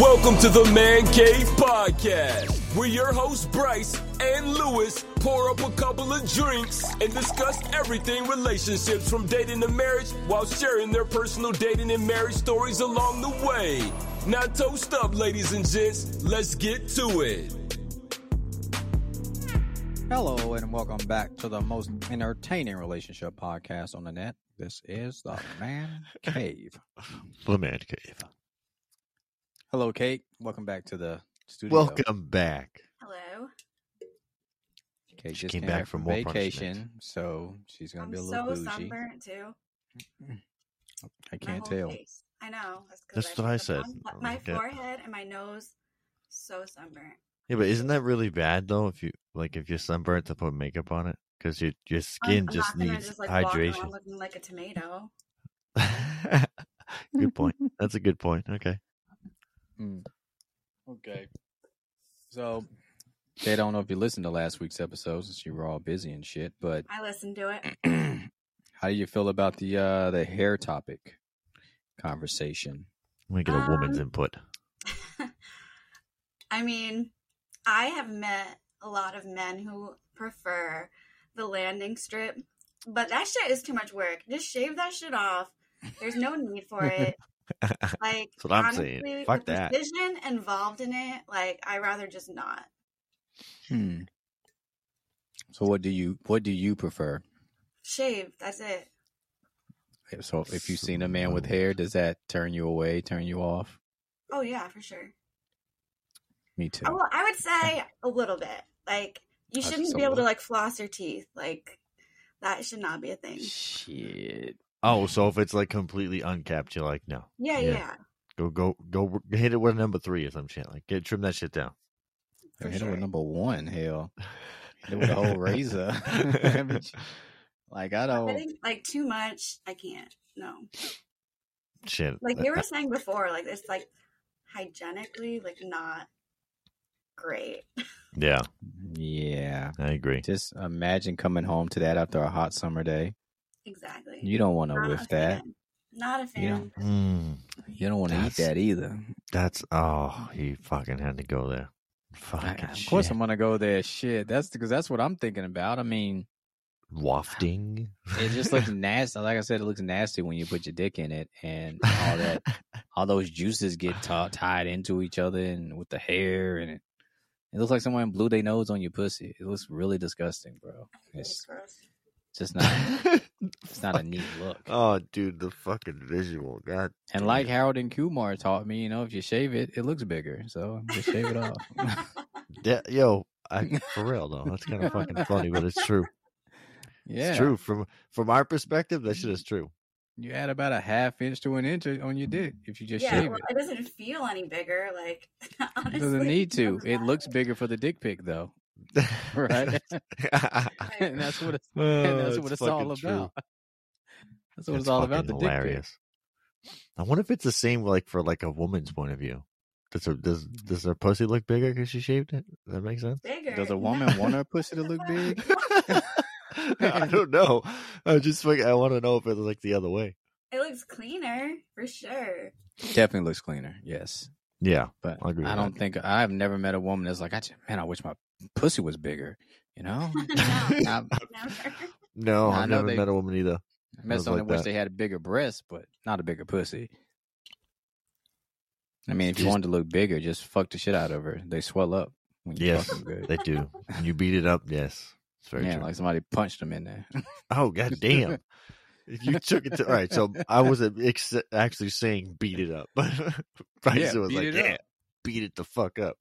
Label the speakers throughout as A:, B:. A: Welcome to the Man Cave Podcast, where your hosts Bryce and Lewis pour up a couple of drinks and discuss everything relationships from dating to marriage while sharing their personal dating and marriage stories along the way. Now, toast up, ladies and gents, let's get to it.
B: Hello and welcome back to the most entertaining relationship podcast on the net. This is the Man Cave.
C: The Man Cave.
B: Hello, Kate. Welcome back to the studio.
C: Welcome back.
D: Hello.
B: Kate
C: She came back from more
B: vacation, so she's gonna
D: I'm
B: be a
D: so
B: little bougie.
D: sunburnt too.
B: I
D: My
B: can't
D: whole
B: tell.
D: face. I know. That's, 'cause
C: That's what
D: put
C: I
D: the
C: said.
D: bun-
C: I
D: My
C: don't get-
D: forehead and my nose, so sunburnt.
C: Yeah, but isn't that really bad though? If you like, if you're sunburnt to put makeup on it, because your your
D: I'm-
C: skin
D: I'm
C: just
D: not gonna
C: needs
D: just, like, walk around
C: hydration.
D: looking like a tomato.
C: good point. That's a good point. Okay.
B: Mm. Okay. So Kate, I don't know if you listened to last week's episode since you were all busy and shit, but
D: I listened to it.
B: how do you feel about the uh the hair topic conversation?
C: Let me get a woman's
D: Um,
C: input.
D: I mean, I have met a lot of men who prefer the landing strip, but that shit is too much work. Just shave that shit off. There's no need for it.
C: That's
D: Like
C: what I'm saying.
D: honestly,
C: Fuck
D: the
C: that.
D: Decision involved in it, like I rather just not.
B: Hmm. So what do you what do you prefer?
D: Shave. That's it.
B: If- So if you've seen a man with hair, does that turn you away, turn you off?
D: Oh yeah, for sure.
B: Me too.
D: Oh, Well, I would say a little bit. Like you
B: That's
D: shouldn't
B: so
D: be able to
B: little.
D: like floss your teeth. Like that should not be a thing.
B: Shit.
C: Oh, so if it's like completely uncapped, you're like, no,
D: Yeah,
C: Yeah.
D: yeah.
C: go go go hit it with a number three or some shit. Like, get trim that shit down.
D: For
B: hit him
D: sure.
B: with number one, hell. Hit him with a whole razor. like I
D: I
B: don't
D: think like too much. I can't. No.
C: shit.
D: Like you were saying before, like it's like hygienically like not great.
C: Yeah,
B: Yeah.
C: I agree.
B: Just imagine coming home to that after a hot summer day.
D: Exactly.
B: You don't want to
D: Not a
B: whiff that.
D: fan. Not a fan.
B: You don't-
C: Mm.
B: You don't want to eat
C: That's-
B: that either.
C: That's oh, he fucking had to go there.
B: I-
C: Fucking
B: of course
C: shit.
B: I'm gonna go there. Shit. That's because that's what I'm thinking about. I mean,
C: wafting.
B: it just looks nasty. Like I said, it looks nasty when you put your dick in it and all that all those juices get t- tied into each other and with the hair and it, it looks like someone blew their nose on your pussy. It looks really disgusting, bro.
D: I think
B: It's
D: It's gross.
B: just not it's not a neat look.
C: oh, dude, the fucking visual. God.
B: And like Harold and Kumar taught me, you know, if you shave it, it looks bigger. So just shave it off.
C: Yeah, yo, I, for real though, that's kind of fucking funny, but it's true.
B: yeah,
C: It's true from from our perspective. That shit is true.
B: You add about a half inch to an inch on your dick if you just
D: yeah,
B: shave
D: well,
B: it.
D: it doesn't feel any bigger. Like honestly,
B: It doesn't need to.
D: doesn't
B: It
D: matter.
B: looks bigger for the dick pic, though, right? and that's what it's,
C: Oh,
B: and that's what it's all about. That's what it's, all about. The dick pic.
C: I wonder if it's the same, like for like a woman's point of view. Does her does does her pussy look bigger because she shaved it? Does that make sense?
D: bigger.
B: Does a
D: No.
B: woman want her pussy to look big?
C: I don't know. I just like I want to know if it's like the other way.
D: It looks cleaner for sure.
B: Definitely looks cleaner. Yes,
C: Yeah,
B: but
C: I
B: I,
C: agree with
B: don't
C: that.
B: think I've never met a woman that's like, I just, man, I wish my pussy was bigger. You know, I
D: Never.
C: no,
B: I
C: I've
B: know
C: never
B: they-
C: met a woman either.
B: met
C: was
B: someone
C: like
B: that wish
C: that.
B: they had a bigger breast, but not a bigger pussy. I mean, if you
C: Just-
B: wanted to look bigger, just fuck the shit out of her. They swell up when you
C: Yes.
B: fuck them good.
C: They do. You beat it up, yes. It's very
B: Yeah,
C: true.
B: like somebody punched them in there.
C: oh god damn. If you took it to all right, so I wasn't ex- actually saying beat it up, but Bryson was
B: beat
C: like,
B: it
C: "Yeah,
B: up."
C: beat it the fuck up."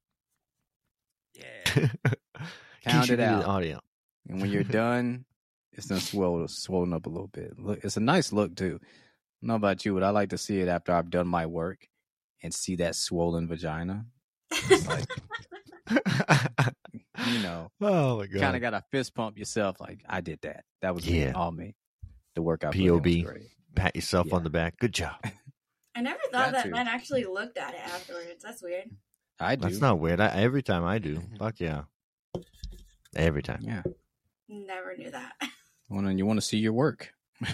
B: yeah.
C: Keisha,
B: Pound
C: you
B: it
C: need an
B: out.
C: Audio.
B: And when you're done, it's done swell, swollen up a little bit. Look, it's a nice look too. I don't know about you, but I like to see it after I've done my work and see that swollen vagina. It's like, you know,
C: oh my god.
B: kind of got a fist pump yourself. Like I did that. That was
C: Yeah.
B: all me. The work I put in was
C: POB.
B: great.
C: Pat yourself on the back. Good job.
D: I never thought
B: Got
D: that
B: to.
D: men actually looked at it afterwards. That's weird.
B: I do. Mm-hmm.
C: That's not weird. I, every time I do. Fuck yeah. Every time.
B: Yeah.
D: Never knew that.
B: When you want to see your work.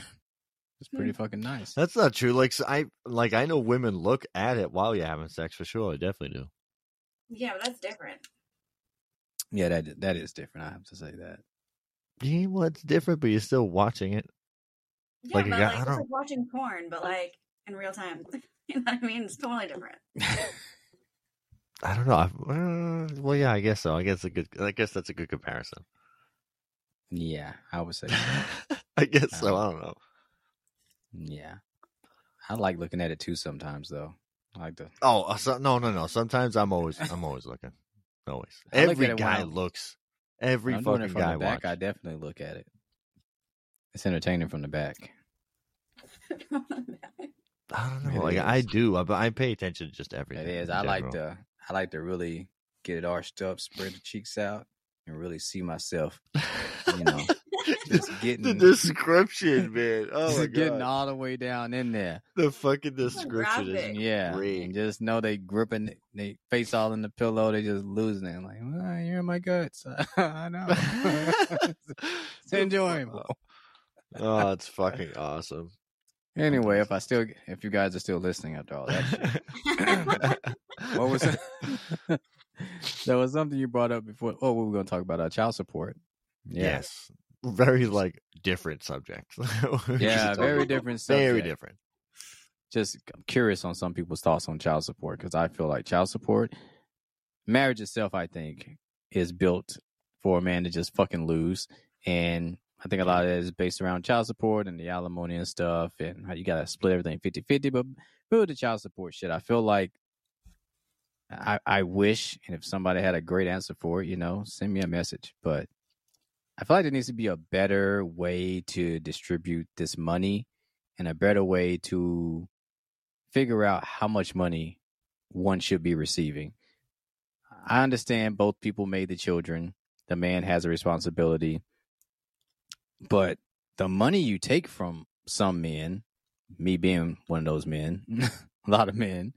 B: It's pretty fucking nice.
C: That's not true. Like so I like I know women look at it while you're having sex for sure. I definitely do.
D: Yeah, but that's different.
B: Yeah, that that is different. I have to say that.
C: Yeah, well, it's different, but you're still watching it.
D: Yeah,
C: Like,
D: but
C: I
D: like, it's
C: don't-
D: like watching porn, but like in real time. you know what I mean? It's totally different.
C: I don't know. I've, uh, well, yeah, I guess so. I guess a good. I guess that's a good comparison.
B: Yeah, I would say. so.
C: I guess so. I don't know.
B: yeah, I like looking at it too sometimes though. I like the
C: Oh, uh, so, no, no, no. Sometimes I'm always, I'm always looking. Always.
B: I look
C: Every
B: at it when
C: guy
B: I'm-
C: looks. Every
B: when I'm doing
C: fucking
B: it from
C: guy
B: the back. I
C: watches.
B: definitely look at it. It's entertaining from the back.
C: I don't know.
B: It
C: Like
B: is.
C: I do, I- but I pay attention to just everything.
B: It is.
C: in
B: I like
C: general.
B: to. I like to really get it arched up, spread the cheeks out, and really see myself. You know, just
C: the
B: getting-
C: description, man. Oh my
B: just
C: god,
B: getting all the way down in there.
C: the fucking
D: It's so
C: description is
D: graphic.
B: Yeah,
C: Great.
B: and just know they gripping, they face all in the pillow. They just losing it. Like, well, you're in my guts. I know. it's enjoyable.
C: Oh, it's fucking awesome.
B: Anyway, if I still, if you guys are still listening after all that shit, what was it? there was something you brought up before. Oh, we were going to talk about uh, child support. Yeah.
C: Yes. Very like different subjects.
B: Yeah, very different. Subject.
C: Very different.
B: Just I'm curious on some people's thoughts on child support because I feel like child support, marriage itself, I think, is built for a man to just fucking lose, and I think a lot of it is based around child support and the alimony and stuff, and how you gotta split everything 50-50, But build the child support shit. I feel like. I, I wish, and if somebody had a great answer for it, you know, send me a message. But I feel like there needs to be a better way to distribute this money and a better way to figure out how much money one should be receiving. I understand both people made the children, the man has a responsibility, but the money you take from some men, me being one of those men, a lot of men,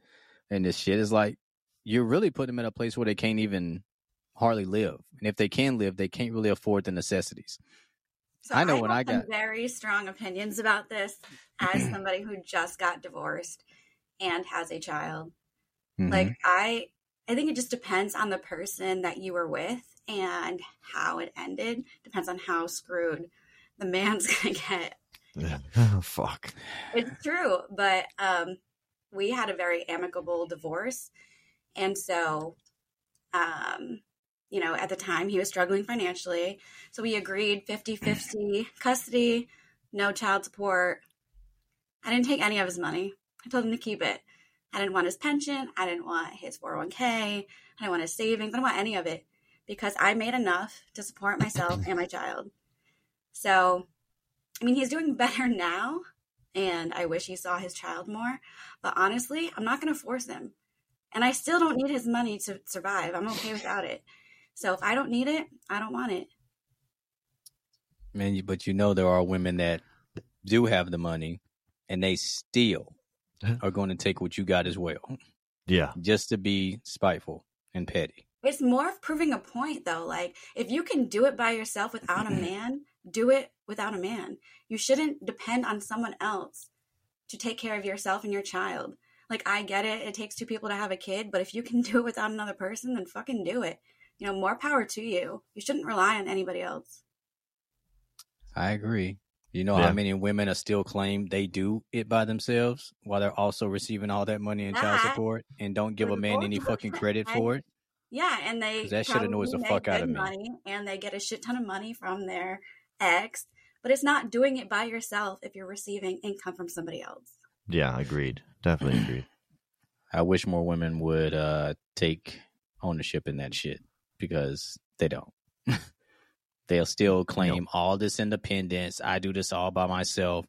B: and this shit is like you're really putting them in a place where they can't even hardly live. And if they can live, they can't really afford the necessities.
D: So
B: I know when
D: have
B: I
D: some
B: got-
D: very strong opinions about this as somebody who just got divorced and has a child. Like I I think it just depends on the person that you were with and how it ended. Depends on how screwed the man's gonna get.
C: Oh, fuck.
D: It's true, but um we had a very amicable divorce and so um you know at the time he was struggling financially so we agreed 50-50 custody no child support i didn't take any of his money i told him to keep it i didn't want his pension i didn't want his 401k i didn't want his savings i didn't want any of it because i made enough to support myself and my child so i mean he's doing better now and i wish he saw his child more but honestly i'm not going to force him and I still don't need his money to survive. I'm okay without it. So if I don't need it, I don't want it.
B: Man, you- but you know there are women that do have the money, and they still
C: Huh?
B: are going to take what you got as well,
C: Yeah.
B: just to be spiteful and petty.
D: It's more of proving a point though. Like if you can do it by yourself without a man, do it without a man. You shouldn't depend on someone else to take care of yourself and your child. Like I get it, it takes two people to have a kid, but if you can do it without another person, then fucking do it. You know, more power to you. You shouldn't rely on anybody else.
B: I agree. You know
C: Yeah.
B: how many women are still claim they do it by themselves while they're also receiving all that money in child
D: That-
B: support and don't give a man any fucking credit for it.
D: Yeah, and they
B: 'Cause that shit annoys
D: probably
B: the fuck
D: make
B: out of
D: good
B: me.
D: Money, and they get a shit ton of money from their ex, but it's not doing it by yourself if you're receiving income from somebody else.
C: Yeah, agreed. Definitely agreed.
B: I wish more women would uh, take ownership in that shit because they don't. They'll still claim all this independence. I do this all by myself.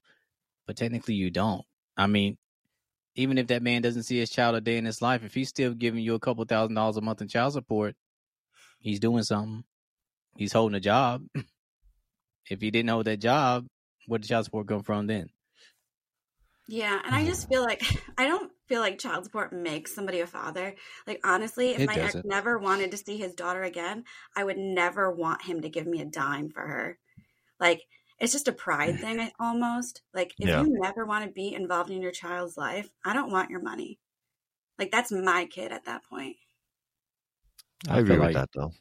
B: But technically, you don't. I mean, even if that man doesn't see his child a day in his life, if he's still giving you a couple thousand dollars a month in child support, he's doing something. He's holding a job. if he didn't hold that job, where did child support come from then?
D: Yeah, and I
B: Mm-hmm.
D: just feel like I don't feel like child support makes somebody a father. Like honestly, if
B: It
D: my ex
B: doesn't.
D: never wanted to see his daughter again, I would never want him to give me a dime for her. Like it's just a pride thing I- almost. Like if
C: Yeah.
D: you never want to be involved in your child's life, I don't want your money. Like that's my kid at that point.
C: I,
B: feel
C: agree
B: like,
C: with that though.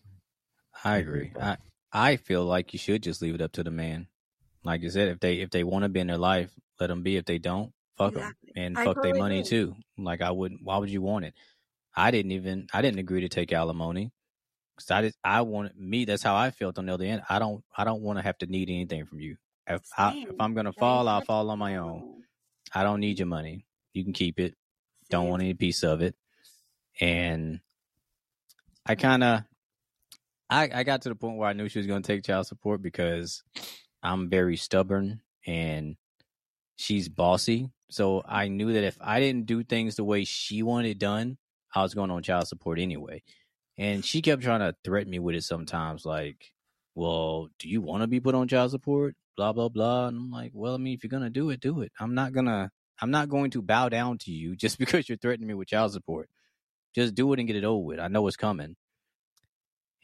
B: I agree. I I feel like you should just leave it up to the man. Like you said, if they if they want to be in their life, let them be. If they don't, fuck them
D: Exactly.
B: and
D: I
B: fuck their
D: totally
B: money
D: agree.
B: too. Like I would. Why would you want it? I didn't even. I didn't agree to take alimony. Cause I did, I wanted me. That's how I felt on the other end. I don't. I don't want to have to need anything from you. If I, if
D: Same.
B: I'm gonna
D: Don't
B: fall, I'll
D: touch
B: fall on my own. I don't need your money. You can keep it. Don't
D: Same.
B: want any piece of it. And I kind of, I I got to the point where I knew she was going to take child support because I'm very stubborn and she's bossy. So I knew that if I didn't do things the way she wanted it done, I was going on child support anyway. And she kept trying to threaten me with it sometimes, like, well, do you want to be put on child support? Blah, blah, blah. And I'm like, well, I mean, if you're going to do it, do it. I'm not going to, I'm not going to bow down to you just because you're threatening me with child support. Just do it and get it over with. I know it's coming.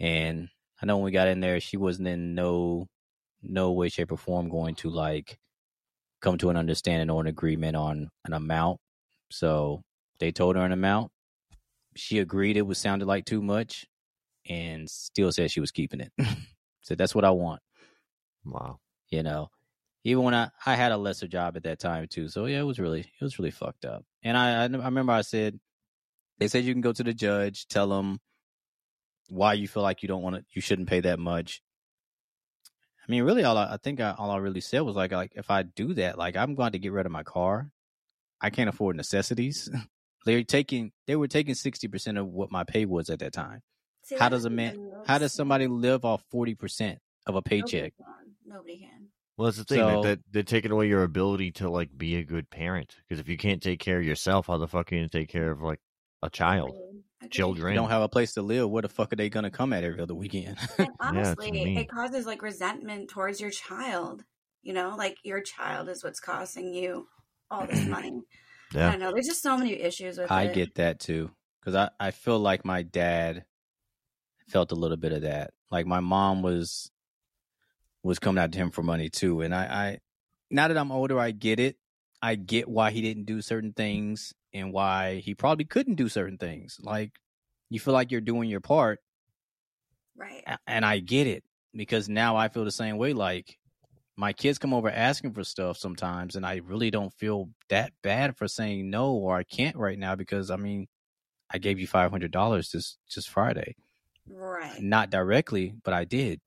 B: And I know when we got in there, she wasn't in no, no way, shape, or form going to like come to an understanding or an agreement on an amount. So they told her an amount. She agreed it was sounded like too much and still said she was keeping it. Said that's what I want
C: Wow.
B: you know even when I, I had a lesser job at that time too so yeah it was really it was really fucked up and I, I I remember i said they said you can go to the judge tell them why you feel like you don't want to you shouldn't pay that much i mean really all i, I think I, all i really said was like like if i do that like i'm going to get rid of my car i can't afford necessities they're taking they were taking 60% of what my pay was at that time
D: See,
B: How
D: that
B: does a man-
D: even works.
B: how does somebody live off 40% of a
D: Nobody
B: paycheck
D: can. Nobody can.
C: Well, that's the thing like,
B: So-
C: that they're taking away your ability to like be a good parent because if you can't take care of yourself, how the fuck are you gonna take care of like a child,
D: Agreed. Agreed.
C: children?
B: you don't have a place to live where the fuck are they going to come at every other weekend
C: Yeah, that's
D: And
C: what I
D: honestly,
C: mean.
D: it causes like resentment towards your child. You know, like your child is what's costing you all this money. I
C: yeah,
D: don't know. There's just so many issues with
B: I
D: it.
B: get that too. Cause I, I feel like my dad felt a little bit of that. Like my mom was, was coming out to him for money too. And I, I, now that I'm older, I get it. I get why he didn't do certain things and why he probably couldn't do certain things. Like you feel like you're doing your part
D: right.
B: a- and I get it because now I feel the same way. Like my kids come over asking for stuff sometimes, and I really don't feel that bad for saying no or I can't right now because I mean, I gave you five hundred dollars just just Friday,
D: Right.
B: not directly, but I did.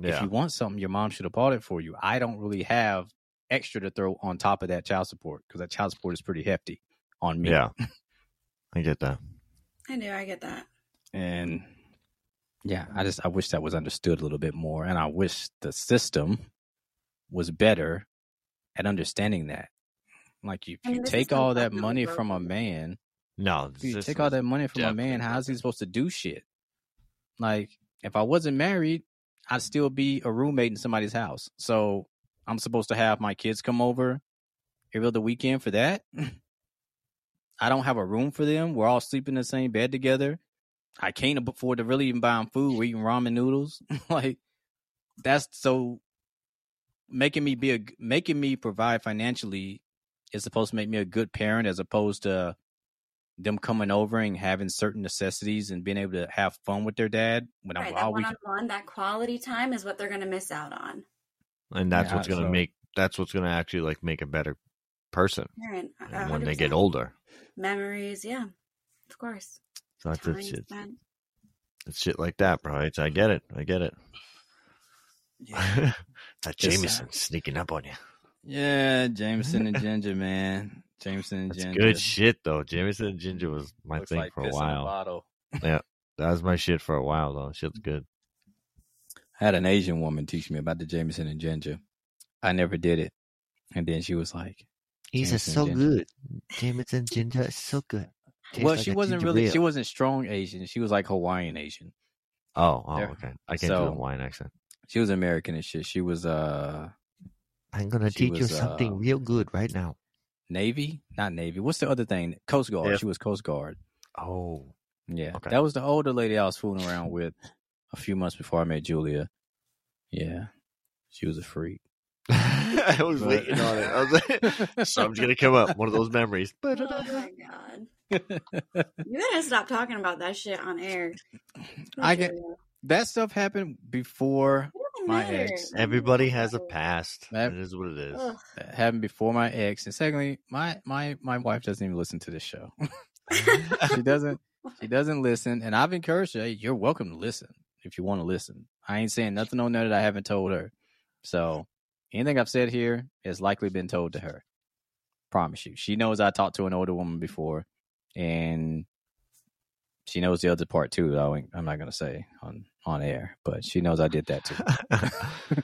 B: If
C: yeah.
B: you want something, your mom should have bought it for you. I don't really have extra to throw on top of that child support because that child support is pretty hefty on me.
C: Yeah. I get that.
D: I do. I get that.
B: and yeah i just i wish that was understood a little bit more and i wish the system was better at understanding that like if
D: I mean,
B: you
D: the
B: take
D: system's
B: all that
D: definitely
B: money from a
D: broken.
B: man
C: No,
B: if you
C: this
B: take all
C: is-
B: that money from a
C: definitely
B: man how's he supposed to do shit like if i wasn't married i'd still be a roommate in somebody's house so i'm supposed to have my kids come over every other weekend for that i don't have a room for them we're all sleeping in the same bed together i can't ab- afford to really even buy them food we're eating ramen noodles like that's so making me be a g- making me provide financially is supposed to make me a good parent as opposed to them coming over and having certain necessities and being able to have fun with their dad when
D: Right.
B: I'm
D: That
B: all
D: one
B: week.
D: on one, that quality time is what they're going to miss out on.
C: and that's
B: Yeah,
C: what's gonna
B: so-
C: make that's what's gonna actually like make a better person
D: Parent, a- a
C: when
D: hundred
C: they get
D: percent.
C: older.
D: Memories. Yeah. Of course.
C: So that's
D: Time
C: it's, it's,
D: spent.
C: it's shit like that, bro. It's, I get it. I get it. that
B: Just-
C: Jameson sneaking up on you.
B: Yeah, Jameson and Ginger, man. Jameson and
C: That's
B: Ginger.
C: good shit though. Jameson and Ginger was my
B: Looks
C: thing
B: like
C: for a
B: piss in
C: while.
B: bottle.
C: That was my shit for a while though. Shit's good.
B: I had an Asian woman teach me about the Jameson and Ginger. I never did it. And then she was like,
E: These are
B: Jameson
E: so
B: ginger.
E: good. Jameson ginger is so good. Tastes
B: well,
E: like
B: she
E: a
B: wasn't
E: ginger
B: really,
E: ale.
B: she wasn't strong Asian. She was like Hawaiian Asian.
C: Oh, oh,
B: There.
C: okay. I can't
B: So-
C: do the Hawaiian accent.
B: She was American and shit. She was, uh,
E: I'm gonna
B: she
E: teach you
B: was,
E: something
B: uh,
E: real good right now.
B: Navy, not Navy. What's the other thing? Coast Guard.
C: Yeah.
B: She was Coast Guard.
C: Oh.
B: Yeah,
C: Okay.
B: that was the older lady I was fooling around with a few months before I met Julia. Yeah, she was a freak.
C: I was
B: But-
C: waiting on it. I was like, something's gonna come up. One of those memories.
D: Oh my god. You gotta stop talking about that shit on air.
B: I get- that stuff happened before my ex.
C: Everybody has a past.
B: That-
C: It is what it is.
D: Ugh.
B: that happened before my ex. And secondly, my my my wife doesn't even listen to this show. she doesn't she doesn't listen. And I've encouraged her, hey, you're welcome to listen if you want to listen. I ain't saying nothing on there that I haven't told her. So anything I've said here has likely been told to her. Promise you. She knows I talked to an older woman before and she knows the other part too. that I ain't- I'm not gonna say on on air, but she knows I did that too.
E: Ah.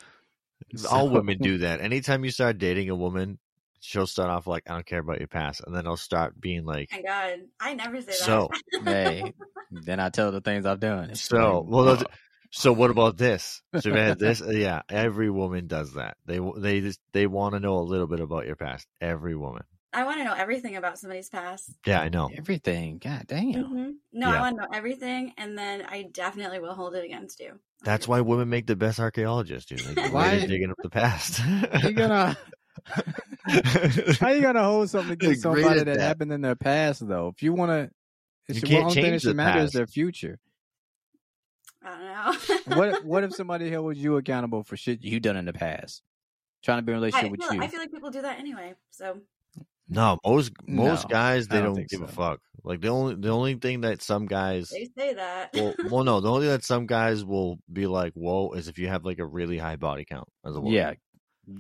C: All
B: So-
C: women do that. Anytime you start dating a woman, she'll start off like, "I don't care about your past," and then I'll start being like,
D: Oh my god. I never say that.
C: "So,
B: hey, then I tell the things I've done. It's
C: So,
B: like,
C: well,
B: uh,
C: those- so what about this? So you had this, uh, yeah. Every woman does that. They they just they want to know a little bit about your past. Every woman.
D: I wanna know everything about somebody's past.
C: Yeah, I know.
B: everything. God damn.
D: Mhm. No, I
C: Yeah.
D: want to know everything, and then I definitely will hold it against you.
C: That's why women make the best archaeologists, dude. They're
B: Why-
C: great at digging up the past.
B: You gonna how you gonna hold something
C: They're
B: against
C: great
B: somebody
C: at
B: that,
C: that.
B: happened in their past though? If you wanna it's
C: You
B: the
C: can't
B: only thing
C: change
B: that should
C: the
B: matter is
C: past.
B: their future.
D: I don't know.
B: What what if somebody held you accountable for shit you done in the past? Trying to be in a
D: I
B: relationship
D: feel,
B: with you.
D: I feel like people do that anyway. So
C: no, most
B: No,
C: most guys they
B: I don't
C: don't,
B: think
C: give a
B: so.
C: fuck. Like the only the only thing that some guys
D: they say that.
C: well, well no, the only thing that some guys will be like, "Whoa," is if you have like a really high body count as a woman.
B: yeah.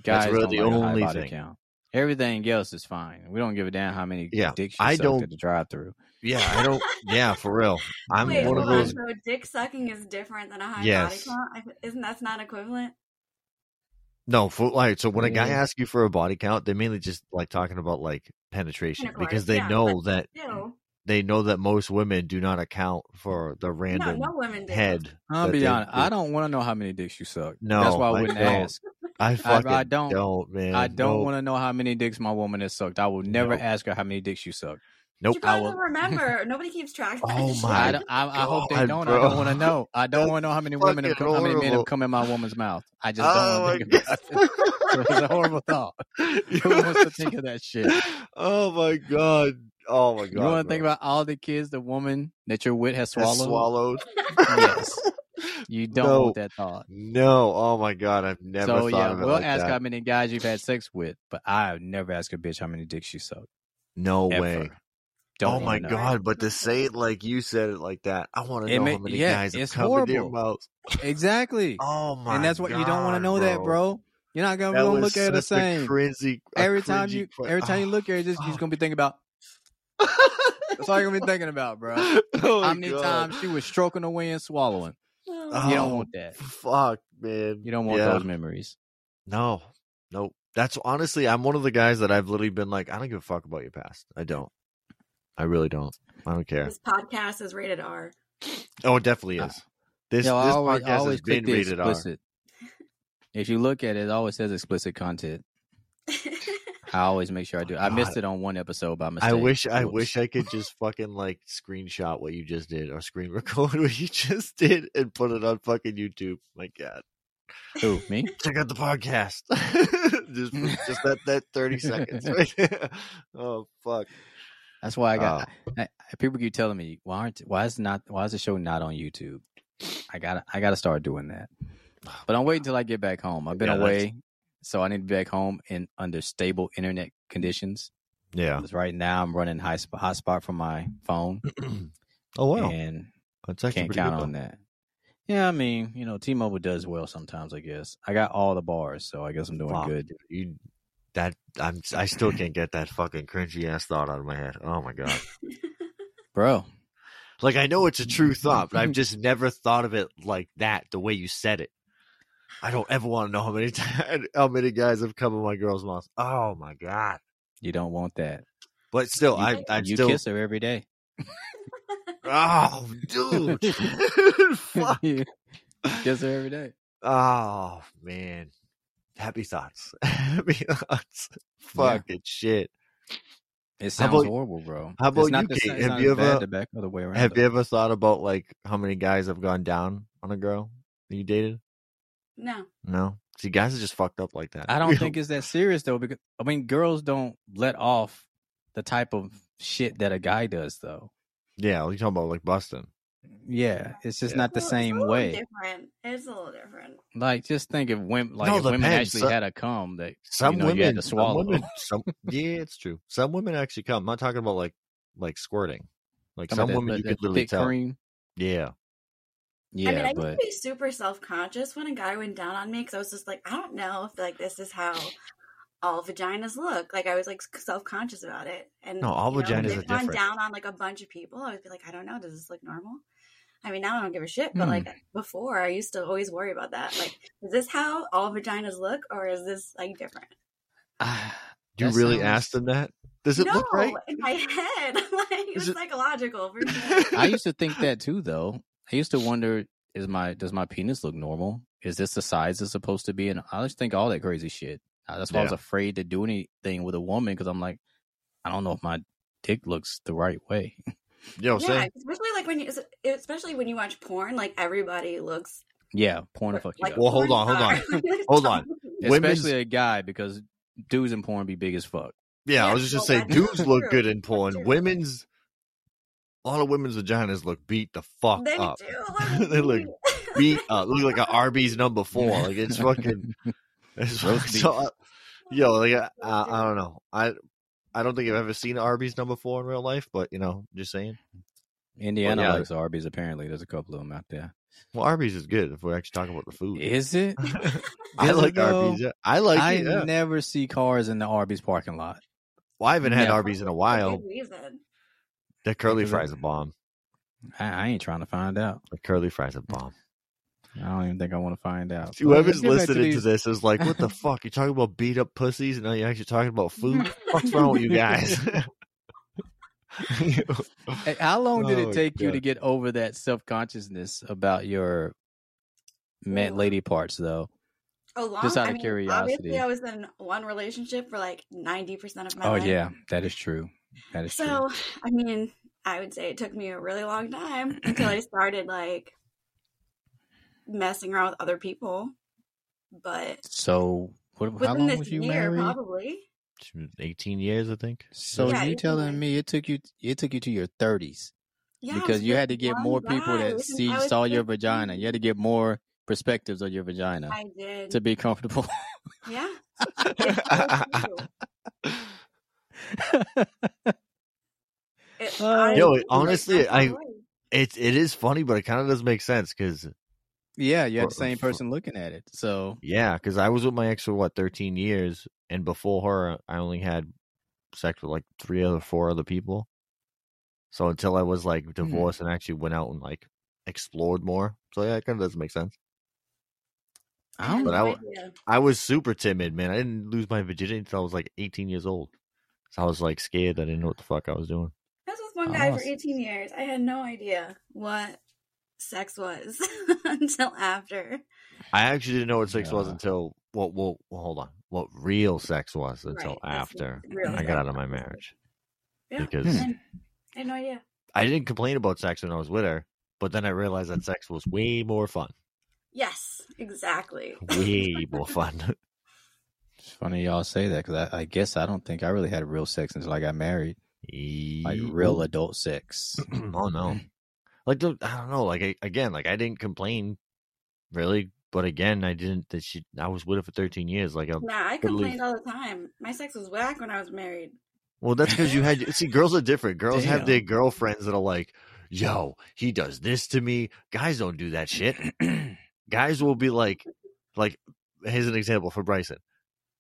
B: Guys
C: really
B: don't
C: the
B: like a high
C: only
B: body
C: thing.
B: count. Everything else is fine. We don't give a damn how many
C: Yeah,
B: dicks you
C: I
B: sucked
C: don't-
B: at the drive through.
C: yeah. I don't. Yeah, for real. I'm
D: Wait,
C: one of
D: hold on.
C: those.
D: So dick sucking is different than a high
C: Yes.
D: body count. I- Isn't that's not equivalent?
C: No, for, like so when a guy
B: Yeah.
C: asks you for a body count, they're mainly just like talking about like penetration
D: Intercourse,
C: because they
D: yeah,
C: know that
D: No,
C: they know that most women do not account for the
D: no,
C: random
D: no women do.
C: head.
B: I'll
C: that
B: be
C: they-
B: honest. I don't want to know how many dicks you suck.
C: No,
B: that's why I
C: I
B: wouldn't
C: don't.
B: ask.
C: I fucking
B: I
C: don't,
B: don't-
C: man.
B: I don't
C: No.
B: want to know how many dicks my woman has sucked. I will never
C: Nope.
B: ask her how many dicks you suck.
D: She
C: Nope.
B: I
D: probably
B: will-
D: don't remember. Nobody keeps track. Of that
C: Oh
D: shit.
C: my
B: I, don't- I, I hope they
C: God,
B: don't.
C: bro.
B: I don't want to know. I don't
C: That's
B: want to know how many women have
C: fucking
B: come, how many men
C: horrible.
B: have come in my woman's mouth. I just
C: Oh
B: don't want to
C: my
B: think about it. It's a horrible thought. Who wants to think of that shit?
C: oh my god. Oh my god.
B: You want to think
C: bro.
B: about all the kids the woman that you're with has
C: Has
B: swallowed?
C: swallowed?
B: Yes. You don't
C: No.
B: want that thought.
C: No. Oh my god. I've never
B: so
C: thought
B: yeah,
C: of it
B: we'll
C: like
B: ask
C: that.
B: how many guys you've had sex with, but I'll never ask a bitch how many dicks you suck.
C: no
B: ever.
C: way.
B: Don't
C: oh my
B: wanna know.
C: god! But to say it like you said it like that, I want to
B: It
C: know
B: ma-
C: how many
B: yeah,
C: guys have
B: it's
C: come in their
B: horrible.
C: mouths.
B: Exactly.
C: Oh my!
B: and that's what you don't want to
C: God,
B: know that, bro. You're not gonna,
C: That
B: gonna look
C: was
B: at it the
C: such a
B: same.
C: cringy- a
B: every time
C: cringy
B: you
C: cri-
B: every time you
C: Ah.
B: look at it, just, you're just gonna be thinking about. That's all you're gonna be thinking about, bro.
C: Oh my
B: How many
C: God.
B: times she was stroking away and swallowing?
D: Oh.
C: Oh.
B: You don't want that.
C: Fuck, man.
B: You don't want
C: Yeah.
B: those memories.
C: No, nope. That's honestly, I'm one of the guys that I've literally been like, I don't give a fuck about your past. I don't. I really don't. I don't care.
D: This podcast is rated R.
C: Oh, it definitely is. This,
B: Uh, Yo, I
C: this
B: always, I
C: podcast
B: always
C: has
B: click
C: been
B: the
C: rated R.
B: explicit. If you look at it, it always says explicit content. I always make sure I do. I missed
C: God.
B: it on one episode by mistake.
C: I wish I
B: Whoops.
C: wish I could just fucking like screenshot what you just did or screen record what you just did and put it on fucking YouTube. My God.
B: Who me?
C: check out the podcast. just just that that thirty seconds. Right there. Oh fuck.
B: That's why I got
C: Oh.
B: I- I- people keep telling me why aren't why is not why is the show not on YouTube? I gotta I gotta start doing that.
C: Oh
B: But I'm waiting till I get back home. I've been
C: Yeah, that's-
B: away, so I need to be back home in under stable internet conditions.
C: Yeah.
B: 'Cause right now I'm running high sp- hotspot from my phone
C: oh wow.
B: and
C: That's actually
B: can't
C: pretty
B: count
C: good,
B: on
C: though.
B: that. Yeah, I mean, you know, T-Mobile does well sometimes. I guess I got all the bars, so I guess I'm doing
C: Fuck,
B: good.
C: dude. You that I'm I still can't get that fucking cringy ass thought out of my head. Oh my god.
B: Bro,
C: Like I know it's a true thought, but I've just never thought of it like that, the way you said it. I don't ever want to know how many times, how many guys have come in my girl's mouth. Oh my god!
B: you don't want that.
C: But still,
B: You-
C: I I
B: you
C: still
B: kiss her every day.
C: oh dude, fuck.
B: you kiss her every day.
C: Oh man. Happy thoughts. Happy thoughts. Fucking shit.
B: It
C: How
B: sounds
C: about-
B: horrible, bro.
C: how about
B: it's not
C: you,
B: the
C: Kate?
B: same- it's
C: Have
B: not
C: you
B: as bad
C: ever-
B: the back other way around?
C: Have
B: though.
C: you ever thought about like how many guys have gone down on a girl that you dated?
D: No.
C: No. See, guys are just fucked up like that.
B: I don't think it's that serious though, because I mean, girls don't let off the type of shit that a guy does though.
C: Yeah, you're talking about like busting.
B: Yeah, it's just
C: Yeah.
B: not the
D: Well,
B: same
D: it's a little
B: way.
D: Different. It's a little different.
B: Like, just think if women, like
C: No, uh
B: if women
C: depends.
B: actually
C: So-
B: had a cum that
C: Some
B: you know
C: women
B: you had to
C: some
B: swallow.
C: women- some- yeah, it's true. Some women actually come. I'm not talking about like like squirting. Like
B: Talking
C: some
B: about that-
C: women
B: that-
C: you
B: that
C: could literally
B: thick
C: tell.
B: cream.
C: Yeah.
B: Yeah,
D: I mean, I used
B: but
D: to be super self conscious when a guy went down on me because I was just like, I don't know if like this is how all vaginas look. Like I was like self conscious about it. And
C: No, all
D: you know, if
C: vaginas
D: they've
C: are
D: gone
C: different.
D: down on like a bunch of people. I would be like, I don't know, does this look normal? I mean, now I don't give a shit. But
B: Hmm.
D: like before, I used to always worry about that. Like, is this how all vaginas look, or is this like different?
C: Do you
B: That
C: really
B: sounds-
C: ask them that? Does it
D: no,
C: look right?
D: in my head, like it
C: Is
D: was
C: it-
D: psychological for sure.
B: I used to think that too, though. I used to wonder: Is my does my penis look normal? Is this the size it's supposed to be? And I just think all that crazy shit. Uh, That's why I was
C: Yeah.
B: afraid to do anything with a woman because I'm like, I don't know if my dick looks the right way.
C: Yo,
D: yeah,
C: say
D: especially like when you, especially when you watch porn, like everybody looks
B: yeah, porn will fuck you
D: like
B: up.
C: Well, hold on, hold on. Hold on. women's-
B: especially a guy because dudes in porn be big as fuck.
C: Yeah, I
D: Yeah,
C: was just gonna
D: well,
C: say
D: that's
C: dudes look
D: true.
C: good in
D: That's
C: porn.
D: true.
C: Women's a lot of women's vaginas look beat the fuck
D: They
C: up.
D: do.
C: They look Beat up. Look like a Arby's number four. Like it's fucking
B: Roast
C: It's fucking-
B: beef.
C: so, uh, yo, like uh, I, I, I don't know. I I don't think I've ever seen Arby's number four in real life, but you know, just saying.
B: Indiana
C: Well, yeah.
B: likes Arby's. Apparently, there's a couple of them out there.
C: Well, Arby's is good if we're actually talking about the food.
B: Is it?
C: I
B: Is it
C: like
B: though?
C: Arby's. Yeah. I like
B: I
C: it. Yeah.
B: never see cars in the Arby's parking lot.
C: Well, I haven't had
B: never-
C: Arby's in a
D: wild.
C: while. That curly
B: Because I-
C: fries a bomb.
B: I, I ain't trying to find out.
C: The curly fries a bomb.
B: I don't even think I want to find out.
C: Whoever's
B: But let's get back
C: listening to,
B: these-
C: this is like, what the fuck? You're talking about beat up pussies, and now you're actually talking about food. What's wrong with you guys?
B: Hey, how long did
C: Oh,
B: it take you
C: God.
B: to get over that self consciousness about your man
D: Ooh.
B: lady parts, though?
D: Oh, long.
B: Just out
D: I
B: of
D: mean,
B: curiosity.
D: Obviously, I was in one relationship for like ninety percent of my
B: oh
D: life.
B: yeah, that is true. That is
D: So, I mean, I would say it took me a really long time until I started like messing around with other people. But
B: true. So what? How
D: within
B: long
D: this
B: was you
D: year,
B: married?
D: probably.
C: She was 18 years, I think.
B: So
D: Yeah,
B: you
D: it's
B: telling
D: like-
B: me it took you? It took you to your thirties
D: Yeah, I
B: because
D: was
B: you
D: with
B: had to get
D: one
B: more people
D: guy
B: that
D: since
B: see
D: I was
B: saw your
D: 15.
B: vagina. You had to get more perspectives of your vagina
D: I did.
B: to be comfortable.
D: Yeah. It's so true. It-
B: Uh,
D: I-
B: Yo,
D: it's
C: honestly,
D: like, that's
C: I-
D: my life.
C: It's it is funny, but it kind of does make sense because
B: yeah, you had the
C: For-
B: same
C: for-
B: person looking at it. So
C: yeah, because I was with my ex for what 13 years, and before her, I only had sex with like three other four other people. So until I was like divorced and actually went out and like explored more, so yeah, it kind of does make sense.
B: I don't
D: had
C: But
D: no
C: I w-
D: idea.
C: I was super timid, man. I didn't lose my virginity until I was like 18 years old. So I was like scared. I didn't know what the fuck I was doing.
D: I was with one guy for
B: Almost.
D: 18 years. I had no idea what sex was until after.
C: I actually didn't know what sex was
B: Yeah.
C: until what? Well, well, hold on. What real sex was until
D: Right, that's
C: after
D: real
C: I
D: sex.
C: got out of my marriage.
D: Yeah.
C: because
B: Hmm.
D: And I had no idea.
C: I didn't complain about sex when I was with her, but then I realized that sex was way more fun.
D: Yes, exactly.
C: Way more fun.
B: It's funny y'all say that because I, I guess I don't think I really had real sex until I got married, like real Hmm. adult sex.
C: oh no. Like don't- I don't know. Like I, again, like I didn't complain really, but again, I didn't that she I was with her for 13 years. Like I,
D: Nah, I
C: Good leaf.
D: complained all the time. My sex was whack when I was married.
C: well, that's cuz you had see girls are different. Girls have their
B: Damn.
C: girlfriends that are like, "Yo, he does this to me." Guys don't do that shit. guys will be like like here's an example for Bryson.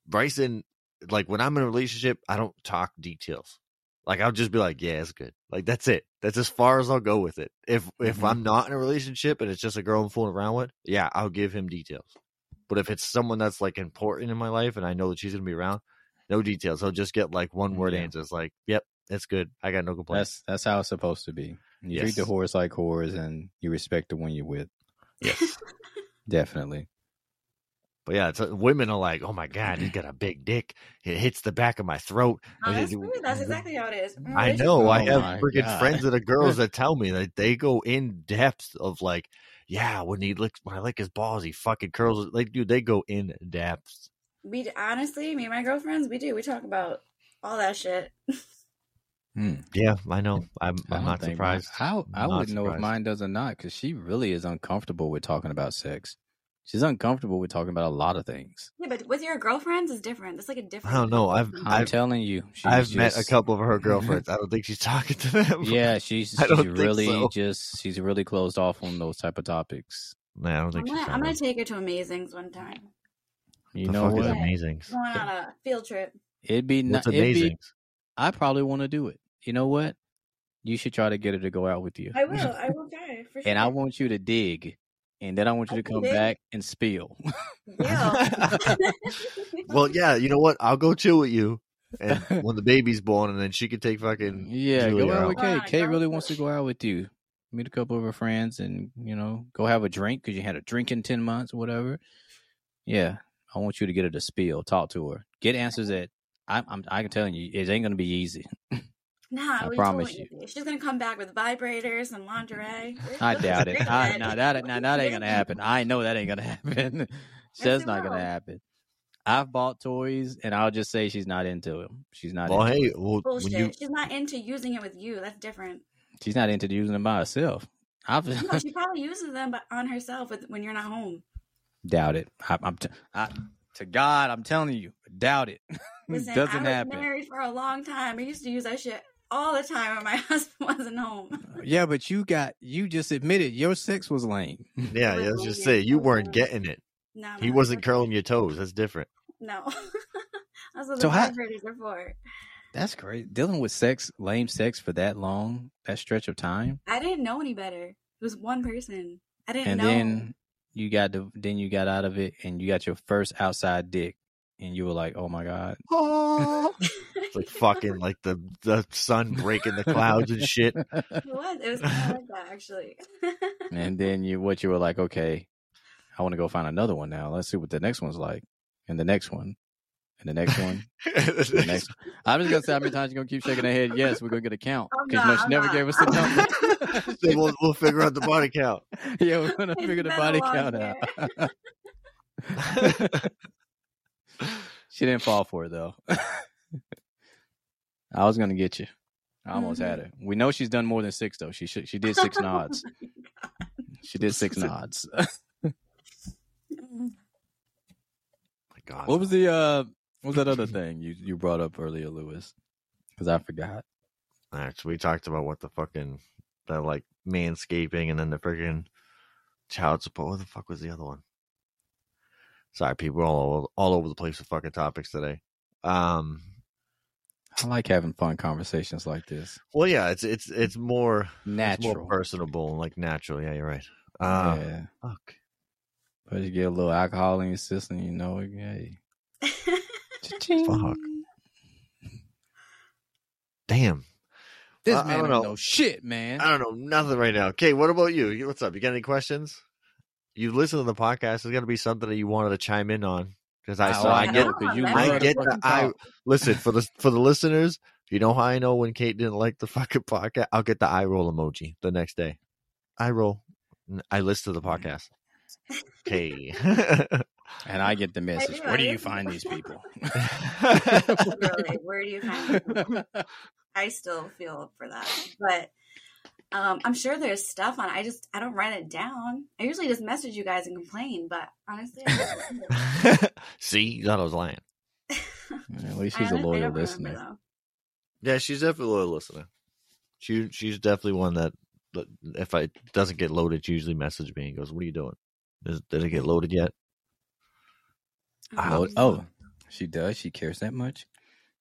C: Bryson like when I'm in a relationship, I don't talk details. Like I'll just be like, yeah, it's good. Like that's it. That's as far as I'll go with it. If if
B: Mhm.
C: I'm not in a relationship and it's just a girl I'm fooling around with, yeah, I'll give him details. But if it's someone that's like important in my life and I know that she's gonna be around, no details. I'll just get like one word
B: Yeah.
C: answers like, Yep, that's good. I got no complaints.
B: That's that's how it's supposed to be. You treat
C: Yes.
B: the horse like whores, and you respect the one you're with.
C: Yes.
B: Definitely.
C: But yeah, it's, uh, women are like, oh my god, he's got a big dick. It hits the back of my throat.
D: Honestly, Oh, that's exactly how it is. Mm,
C: Mm-hmm. I
D: they just-
C: know. I
B: Oh
C: have
B: my
C: freaking
B: God.
C: friends that are girls that tell me that they go in depth of like, yeah, when he licks, when I lick his balls, he fucking curls. Like, dude, they go in depth.
D: We honestly, me and my girlfriends, we do. We talk about all that shit.
C: Yeah, I know. I'm,
B: I
C: I'm
B: don't
C: not
B: think
C: surprised.
B: Mine, I I
C: Not
B: would know if
C: surprised.
B: mine does or not because she really is uncomfortable with talking about sex. She's uncomfortable with talking about a lot of things.
D: Yeah, but with your girlfriends is different. It's like a different.
C: I don't know. I've
B: I'm
C: I've,
B: telling you, she's
C: I've met a
B: just-
C: couple of her girlfriends. I don't think she's talking to them.
B: Yeah, she's
C: I don't
B: she's
C: think
B: really
C: so.
B: just she's really closed off on those type of topics.
C: Nah, I don't
D: I'm
C: think she's
D: gonna, I'm
C: talking.
D: gonna take her to Amazing's one time.
B: You
C: the
B: know
C: fuck is
B: what?
D: it?
C: amazing?
D: Going on a field trip.
B: It'd be
C: What's
B: not, it'd
C: amazing?
B: be, I probably want to do it. You know what? You should try to get her to go out with you,
D: I will. I will try for sure.
B: and I want you to dig, and then I want you to
D: I can
B: come
D: dig.
B: back and spill.
D: Yeah.
C: well, yeah, you know what? I'll go chill with you, and when the baby's born, and then she can take fucking.
B: yeah,
C: Julia
B: go out
C: out.
B: with Kate.
D: Fine,
B: Kate
D: go
B: really
D: for
B: wants to
D: it.
B: go out with you. Meet a couple of her friends, and you know, go have a drink because you had a drink in ten months or whatever. Yeah, I want you to get her to spill. Talk to her. Get answers that I'm. I'm I can tell you, it ain't gonna be easy.
D: Nah,
B: I
D: we
B: promise
D: totally- She's gonna come back with vibrators and lingerie.
B: I doubt it. I,
D: know
B: no, that, no, that ain't gonna happen. I know that ain't gonna happen. That's
D: it
B: not gonna
D: will.
B: happen. I've bought toys, and I'll just say she's not into them. She's not.
C: Well,
B: into
C: hey,
B: it.
C: well, when
D: Bullshit.
C: you
D: She's not into using it with you. That's different.
B: she's not into using them by herself. I've
D: No, she probably uses them, but on herself with, when you're not home.
B: doubt it. I, I'm t- I, to God, I'm telling you, doubt it.
D: Listen, I
B: Hmm, Doesn't
D: was
B: happen.
D: married for a long time. I used to use that shit all the time when my husband wasn't home.
B: Uh, Yeah, but you got you just admitted your sex was lame.
C: yeah, yeah, let's just say you weren't getting it.
D: No,
C: He
D: no,
C: wasn't
D: no.
C: curling your toes. That's different.
D: No. That's what
B: So
D: the
B: how-
D: vibrators are for.
B: That's great. Dealing with sex, lame sex for that long, that stretch of time,
D: I didn't know any better. It was one person. I didn't
B: and
D: know.
B: then you got the, then you got out of it, and you got your first outside dick, and you were like, "Oh my god,
C: Oh, it's like fucking like the the sun breaking the clouds and shit.
D: It was. It was kind of like that, actually.
B: and then you what you were like, okay, I want to go find another one now. Let's see what the next one's like, and the next one, and the next one, and the next. I'm just gonna say how many times you gonna keep shaking her head. Yes, we're gonna get a count
D: I'm
B: because no,
D: not,
B: she
D: I'm
B: never
D: not.
B: gave us the number.
C: Then we'll we'll figure out the body count.
B: yeah, we're gonna
D: It's
B: figure the
D: been a
B: body
D: long
B: count
D: year.
B: out. she didn't fall for it though. I was gonna get you. I almost had her. We know she's done more than six though. She should, she did six nods. She did six nods.
C: My God.
B: What was the uh what was that other thing you you brought up earlier, Lewis? Because I forgot.
C: All right, so we talked about what the fucking the like manscaping and then the freaking child support. What the fuck was the other one? Sorry, people we're all all over the place with fucking topics today. Um,
B: I like having fun conversations like this.
C: well, yeah, it's it's it's more it's more
B: Natural.
C: personable and like natural. Yeah, you're right. Um,
B: yeah.
C: fuck.
B: But you get a little alcohol in your system, you know it. Hey. Cha-ching.
C: Fuck. Damn,
B: This
C: I- I
B: man
C: don't
B: don't
C: know.
B: know. shit, man.
C: I don't know nothing right now. Okay, what about you? You- What's up? You got any questions? You listen to the podcast. There's got to be something that you wanted to chime in on because I
B: Oh,
C: saw I
B: know,
C: get
B: 'cause you
D: I
B: love to
C: get the-
B: fucking
C: I-
B: talk.
C: Listen for the for the listeners. You know how I know when Kate didn't like the fucking podcast? I'll get the eye roll emoji the next day. Eye roll. N- I listen to the podcast. Okay.
B: and I get the message.
D: do,
B: Where
D: I
B: do
D: do.
B: you find these people?
D: Really, where do you find it? I still feel for that. But um, I'm sure there's stuff on it. I just, I don't write it down. I usually just message you guys and complain, but honestly, I don't remember.
C: See, you thought I was lying.
B: At least
D: I
B: she's a
D: honestly don't
B: loyal
D: remember,
B: listener.
D: though.
C: Yeah, she's definitely a loyal listener. She she's definitely one that that if I doesn't get loaded, she usually messages me and goes, "What are you doing? Does, did it get loaded yet?"
D: Um,
B: Oh, oh, she does. She cares that much.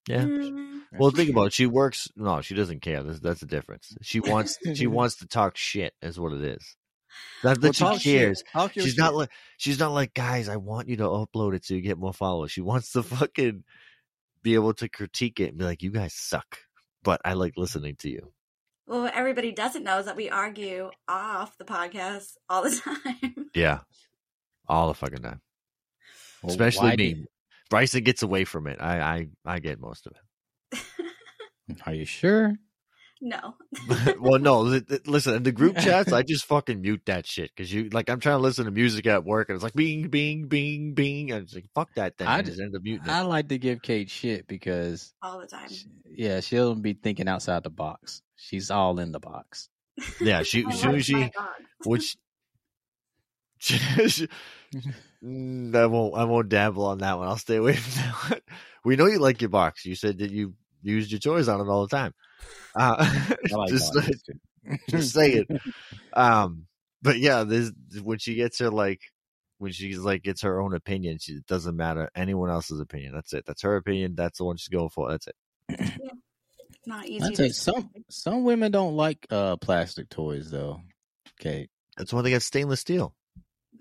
C: Yeah.
D: Mm,
C: Well, think about it. She works. No, she doesn't care. That's, that's the difference. She wants. she wants to talk shit. Is what it is. Not that
B: Well, talk
C: she cares.
B: shit. Talk your
C: She's not
B: shit.
C: like. She's not like guys. I want you to upload it so you get more followers. She wants to fucking be able to critique it and be like, "You guys suck," but I like listening to you.
D: Well, what everybody doesn't know is that we argue off the podcast all the time.
C: Yeah, all the fucking time.
B: Well,
C: especially
B: why
C: me. Bryson gets away from it. I I, I get most of
B: did- are you sure?
D: No.
C: it. well, no, li- li- listen, in the group chats, I just fucking mute that shit because you like I'm trying to listen to music at work and it's like bing, bing, bing, bing. And it's like fuck that thing.
B: I
C: I
B: just-
C: just end up muting
B: I
C: it.
B: like to give Kate shit because
D: All the time.
B: She- Yeah, she'll be thinking outside the box. She's all in the box.
C: Yeah, she
D: I
C: as soon
D: love
C: as
D: Oh,
C: she
D: my dog.
C: which Mm, I won't I won't dabble on that one. I'll stay away from that one. We know you like your box. You said that you used your toys on it all the time. Uh,
B: I like
C: just,
B: dogs, too.
C: just saying. Um, but yeah, this when she gets her like when she's like gets her own opinion, she it doesn't matter anyone else's opinion. That's it. That's her opinion. That's the one she's going for. That's it.
D: Not
B: I
D: easy.
B: tell you,
D: To,
B: some some women don't like uh plastic toys though. Okay,
C: That's why they got stainless steel.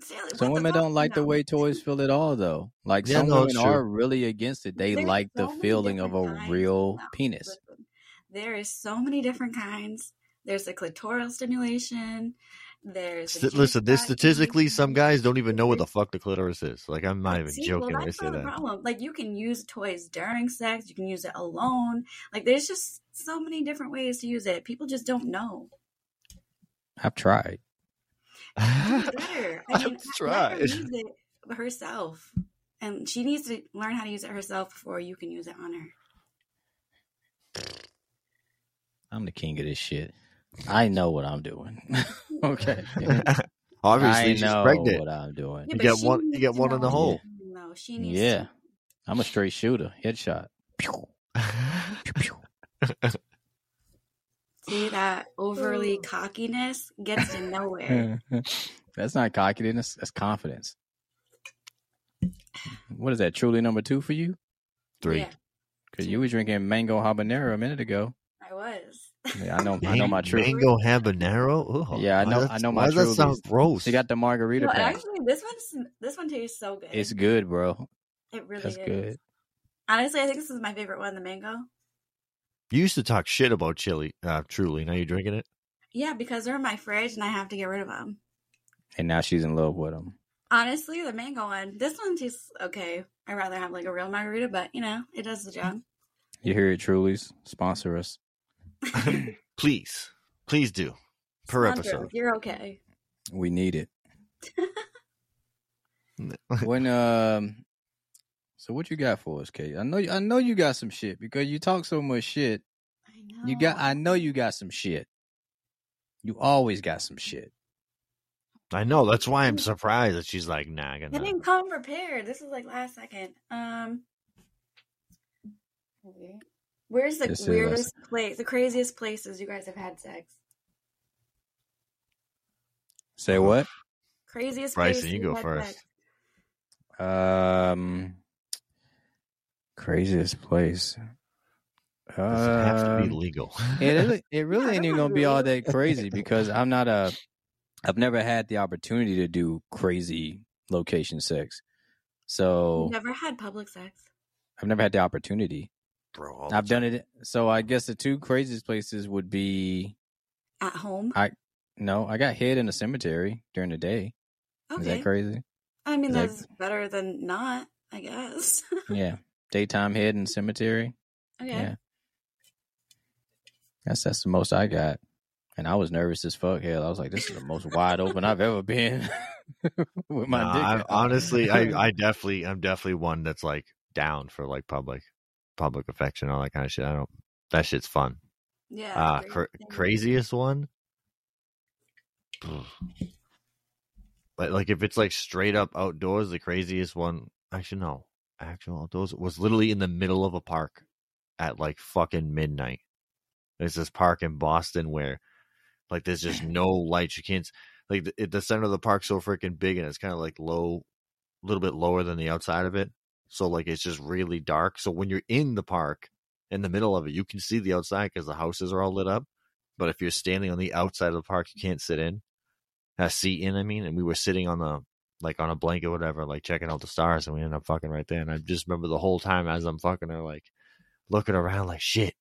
D: Sally, what
B: some
D: the
B: women
D: fuck?
B: don't like the
D: No.
B: way toys feel at all though. Like
C: Yeah,
B: some
C: no, it's
B: women are really against it. They
D: There's
B: like the
D: so many
B: feeling of a
D: different kinds.
B: real
D: No,
B: penis.
D: listen, There is so many different kinds. There's the clitoral stimulation. There's the
C: St- listen, this
D: G-spot
C: statistically,
D: stimulation.
C: some guys don't even know what the fuck the clitoris is. Like I'm not even
D: See,
C: joking
D: well,
C: when I
D: that's
C: say
D: not a
C: that.
D: problem. Like you can use toys during sex. You can use it alone. Like there's just so many different ways to use it. People just don't know.
B: I've tried.
D: She's better. I mean,
C: I've
D: let her
C: tried.
D: use it herself, and she needs to learn how to use it herself before you can use it on her.
B: I'm the king of this shit. I know what I'm doing. okay,
C: Obviously,
B: I
C: she's
B: know
C: pregnant.
B: what I'm doing.
D: Yeah,
C: You
D: but
C: get
D: she
C: one- you
D: needs
C: get
D: to
C: one in
D: know
C: the
D: what
B: hole.
D: she's doing, though. She needs. to-
B: Yeah, I'm a straight shooter. Headshot. Pew, pew, pew.
D: See that overly cockiness gets to nowhere.
B: that's not cockiness. That's confidence. What is that? Truly number two for you?
C: Three.
D: Yeah,
B: Because you were drinking mango habanero a minute ago.
D: I was.
B: Yeah, I know. I know my
C: Mang-
B: truth.
C: Mango habanero. Ooh,
B: Yeah, I
C: why
B: know-
C: does-
B: I know my
C: Why does
B: truth
C: that sound
B: is-
C: gross?
B: She got the margarita
D: No, and
B: pack.
D: actually, this one's this one tastes so good.
B: It's good, bro.
D: it really
B: That's
D: is.
B: good.
D: Honestly, I think this is my favorite one, the mango.
C: you used to talk shit about chili. Uh, truly, now you're drinking it.
D: Yeah, because they're in my fridge and I have to get rid of them.
B: And now she's in love with him.
D: Honestly, the mango one. This one tastes okay. I'd rather have like a real margarita, but you know, it does the job.
B: You hear it, Truly's sponsor us.
C: Please, please do per
D: Andre,
C: episode.
D: You're okay.
B: We need it. when um, so what you got for us, Kate? I know I know you got some shit because you talk so much shit.
D: I know.
B: You got I know you got some shit. You always got some shit.
C: I know that's why I'm surprised that she's like, nah, I
D: I
C: got nothing.
D: didn't come prepared. This is like last second. Um Where's the
B: This is-
D: weirdest place, the craziest places you guys have had sex?
B: Say
C: Uh-huh.
B: what?
D: Craziest
C: Bryson,
D: place
C: you go
D: had
C: first.
D: sex.
B: Um, craziest place.
C: Does it have to be
B: Um,
C: legal?
B: it really- it
D: Yeah,
B: really ain't
D: that
B: even
D: was
B: gonna be all
D: really-
B: that crazy because I'm not a. I've never had the opportunity to do crazy location sex, so
D: You've Never had public sex.
B: I've never had the opportunity.
C: Bro, all the
B: I've done
C: time.
B: it, so I guess the two craziest places would be
D: At home?
B: no. I got hit in a cemetery during the day. Is
D: Okay.
B: that crazy?
D: I mean,
B: Is that-
D: that's better than not, I guess.
B: Yeah. Daytime head in cemetery.
D: okay.
B: Yeah. That's that's the most I got. And I was nervous as fuck. Hell, I was like, this is the most wide open I've ever been with my
C: Nah,
B: dick.
C: I,
B: out.
C: honestly, I, I definitely, I'm definitely one that's like down for like public, public affection, all that kind of shit. I don't. That shit's fun.
D: Yeah.
B: Ah,
C: Uh,
D: great
C: cra-
D: thing.
C: craziest one. But like, if it's like straight up outdoors, the craziest one. Actually, no, actual outdoors was literally in the middle of a park at like fucking midnight. There's this park in Boston where, like, there's just no lights. You can't like the, it- the center of the park's so freaking big, and it's kind of like low, a little bit lower than the outside of it. So like, it's just really dark. So when you're in the park, in the middle of it. You can see the outside because the houses are all lit up. But if you're standing on the outside of the park, you can't sit in. A seat in, I mean. And we were sitting on the like on a blanket, whatever, like checking out the stars, and we ended up fucking right there. And I just remember the whole time as I'm fucking her, like looking around, like shit.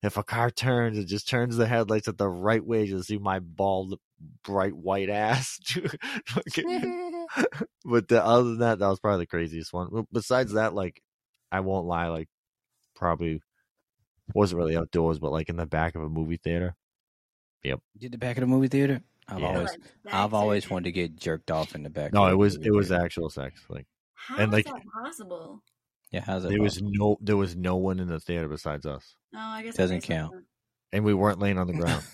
C: If a car turns, it just turns the headlights at the right way. You'll see my bald, bright white ass. Fucking- but the, other than that, that was probably the craziest one. Well, Besides that, like I won't lie, like probably wasn't really outdoors, but like in the back of a movie theater.
B: Did the back of the movie theater? I've
C: Yeah.
B: always,
D: Like, that's
B: I've always
D: it.
B: wanted to get jerked off in the back.
C: No,
B: of
C: it
B: the
C: was
B: movie
C: it was
B: theater.
C: actual sex. Like
D: How
C: and,
D: is
C: like-
D: that possible?
B: Yeah, how's that?
C: there was
B: possible?
C: no there was no one in the theater besides us,
D: No, I guess it
B: Doesn't
D: makes
B: count.
D: sense.
C: and we weren't laying on the ground.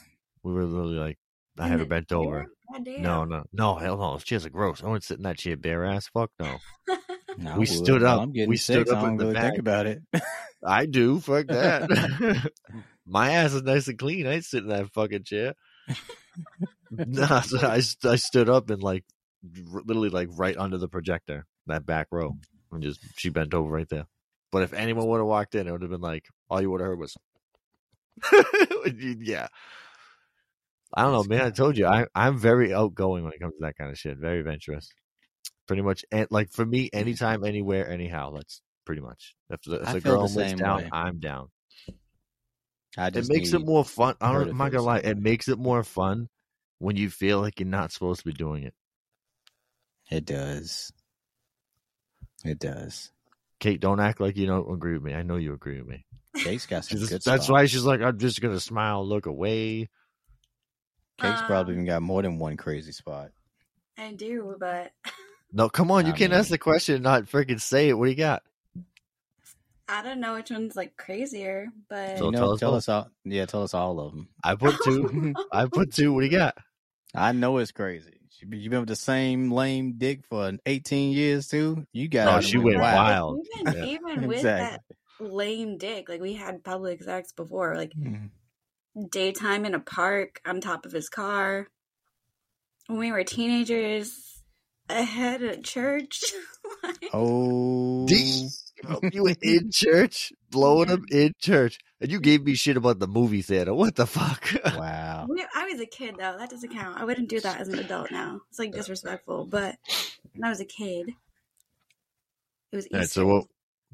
C: we were literally like I
D: In
C: had her
D: the
C: bent over.
D: God damn.
C: No, no, no, hell no. Those chairs are gross. I wouldn't sit in that chair bare ass. Fuck no.
B: No, I
C: we
B: would.
C: stood
B: Well,
C: up-
B: I'm getting
C: we
B: sick.
C: stood up
B: I don't
C: in the
B: really
C: back.
B: think about it.
C: I do. Fuck that. My ass is nice and clean. I ain't sitting in that fucking chair. nah, so I, st- I stood up and like r- literally like right under the projector, that back row, and just she bent over right there. But if anyone would have walked in, it would have been like all you would have heard was, yeah. I don't know, man. I told you, I I'm very outgoing when it comes to that kind of shit. Very adventurous. Pretty much, and like for me, anytime, anywhere, anyhow. That's pretty much. If the, if
B: Mm-hmm. I
C: the
B: feel the
C: girl was
B: same
C: down,
B: way.
C: I'm down
B: I
C: it
B: just
C: makes it
B: need-
C: more fun. I
B: her
C: don't,
B: to
C: I'm not
B: feel
C: gonna lie,
B: something.
C: it makes it more fun when you feel like you're not supposed to be doing it.
B: It does. It does.
C: Kate, don't act like you don't agree with me. I know you agree with me.
B: Jake's got some
C: She's-
B: good.
C: that's
B: spots.
C: why she's like, I'm just gonna smile, look away.
B: Jake's probably
D: Um,
B: even got more than one crazy spot.
D: I do, but
C: No, come on, you
B: I
C: can't ask
B: mean-
C: the question and not freaking say it. What do you got?
D: I don't know which one's like crazier. But
C: So
B: you know,
C: tell us
B: tell
C: all.
B: us all. Yeah, tell us all of them.
C: I put two.
D: Mm-hmm.
B: Hmm.
D: Oh,
C: I put two. What do you got?
B: I know it's crazy. She- You've been with the same lame dick for 18 years too. You got.
C: No,
B: out and
C: Oh, she went
D: oh, But, like,
C: wild.
D: Even,
C: Yeah.
D: even with that lame dick, like we had public sex before, like
B: Mhm.
D: daytime in a park on top of his car. When we were teenagers, ahead at church. like,
B: Oh,
C: D- you were in church, blowing them in church, and you gave me shit about the movie theater. What the fuck?
B: Oh, wow.
D: we- I was a kid though. That doesn't count. I wouldn't do that as an adult now. It's like disrespectful. But when I was a kid, it was
C: All
D: Easter.
C: right, so what?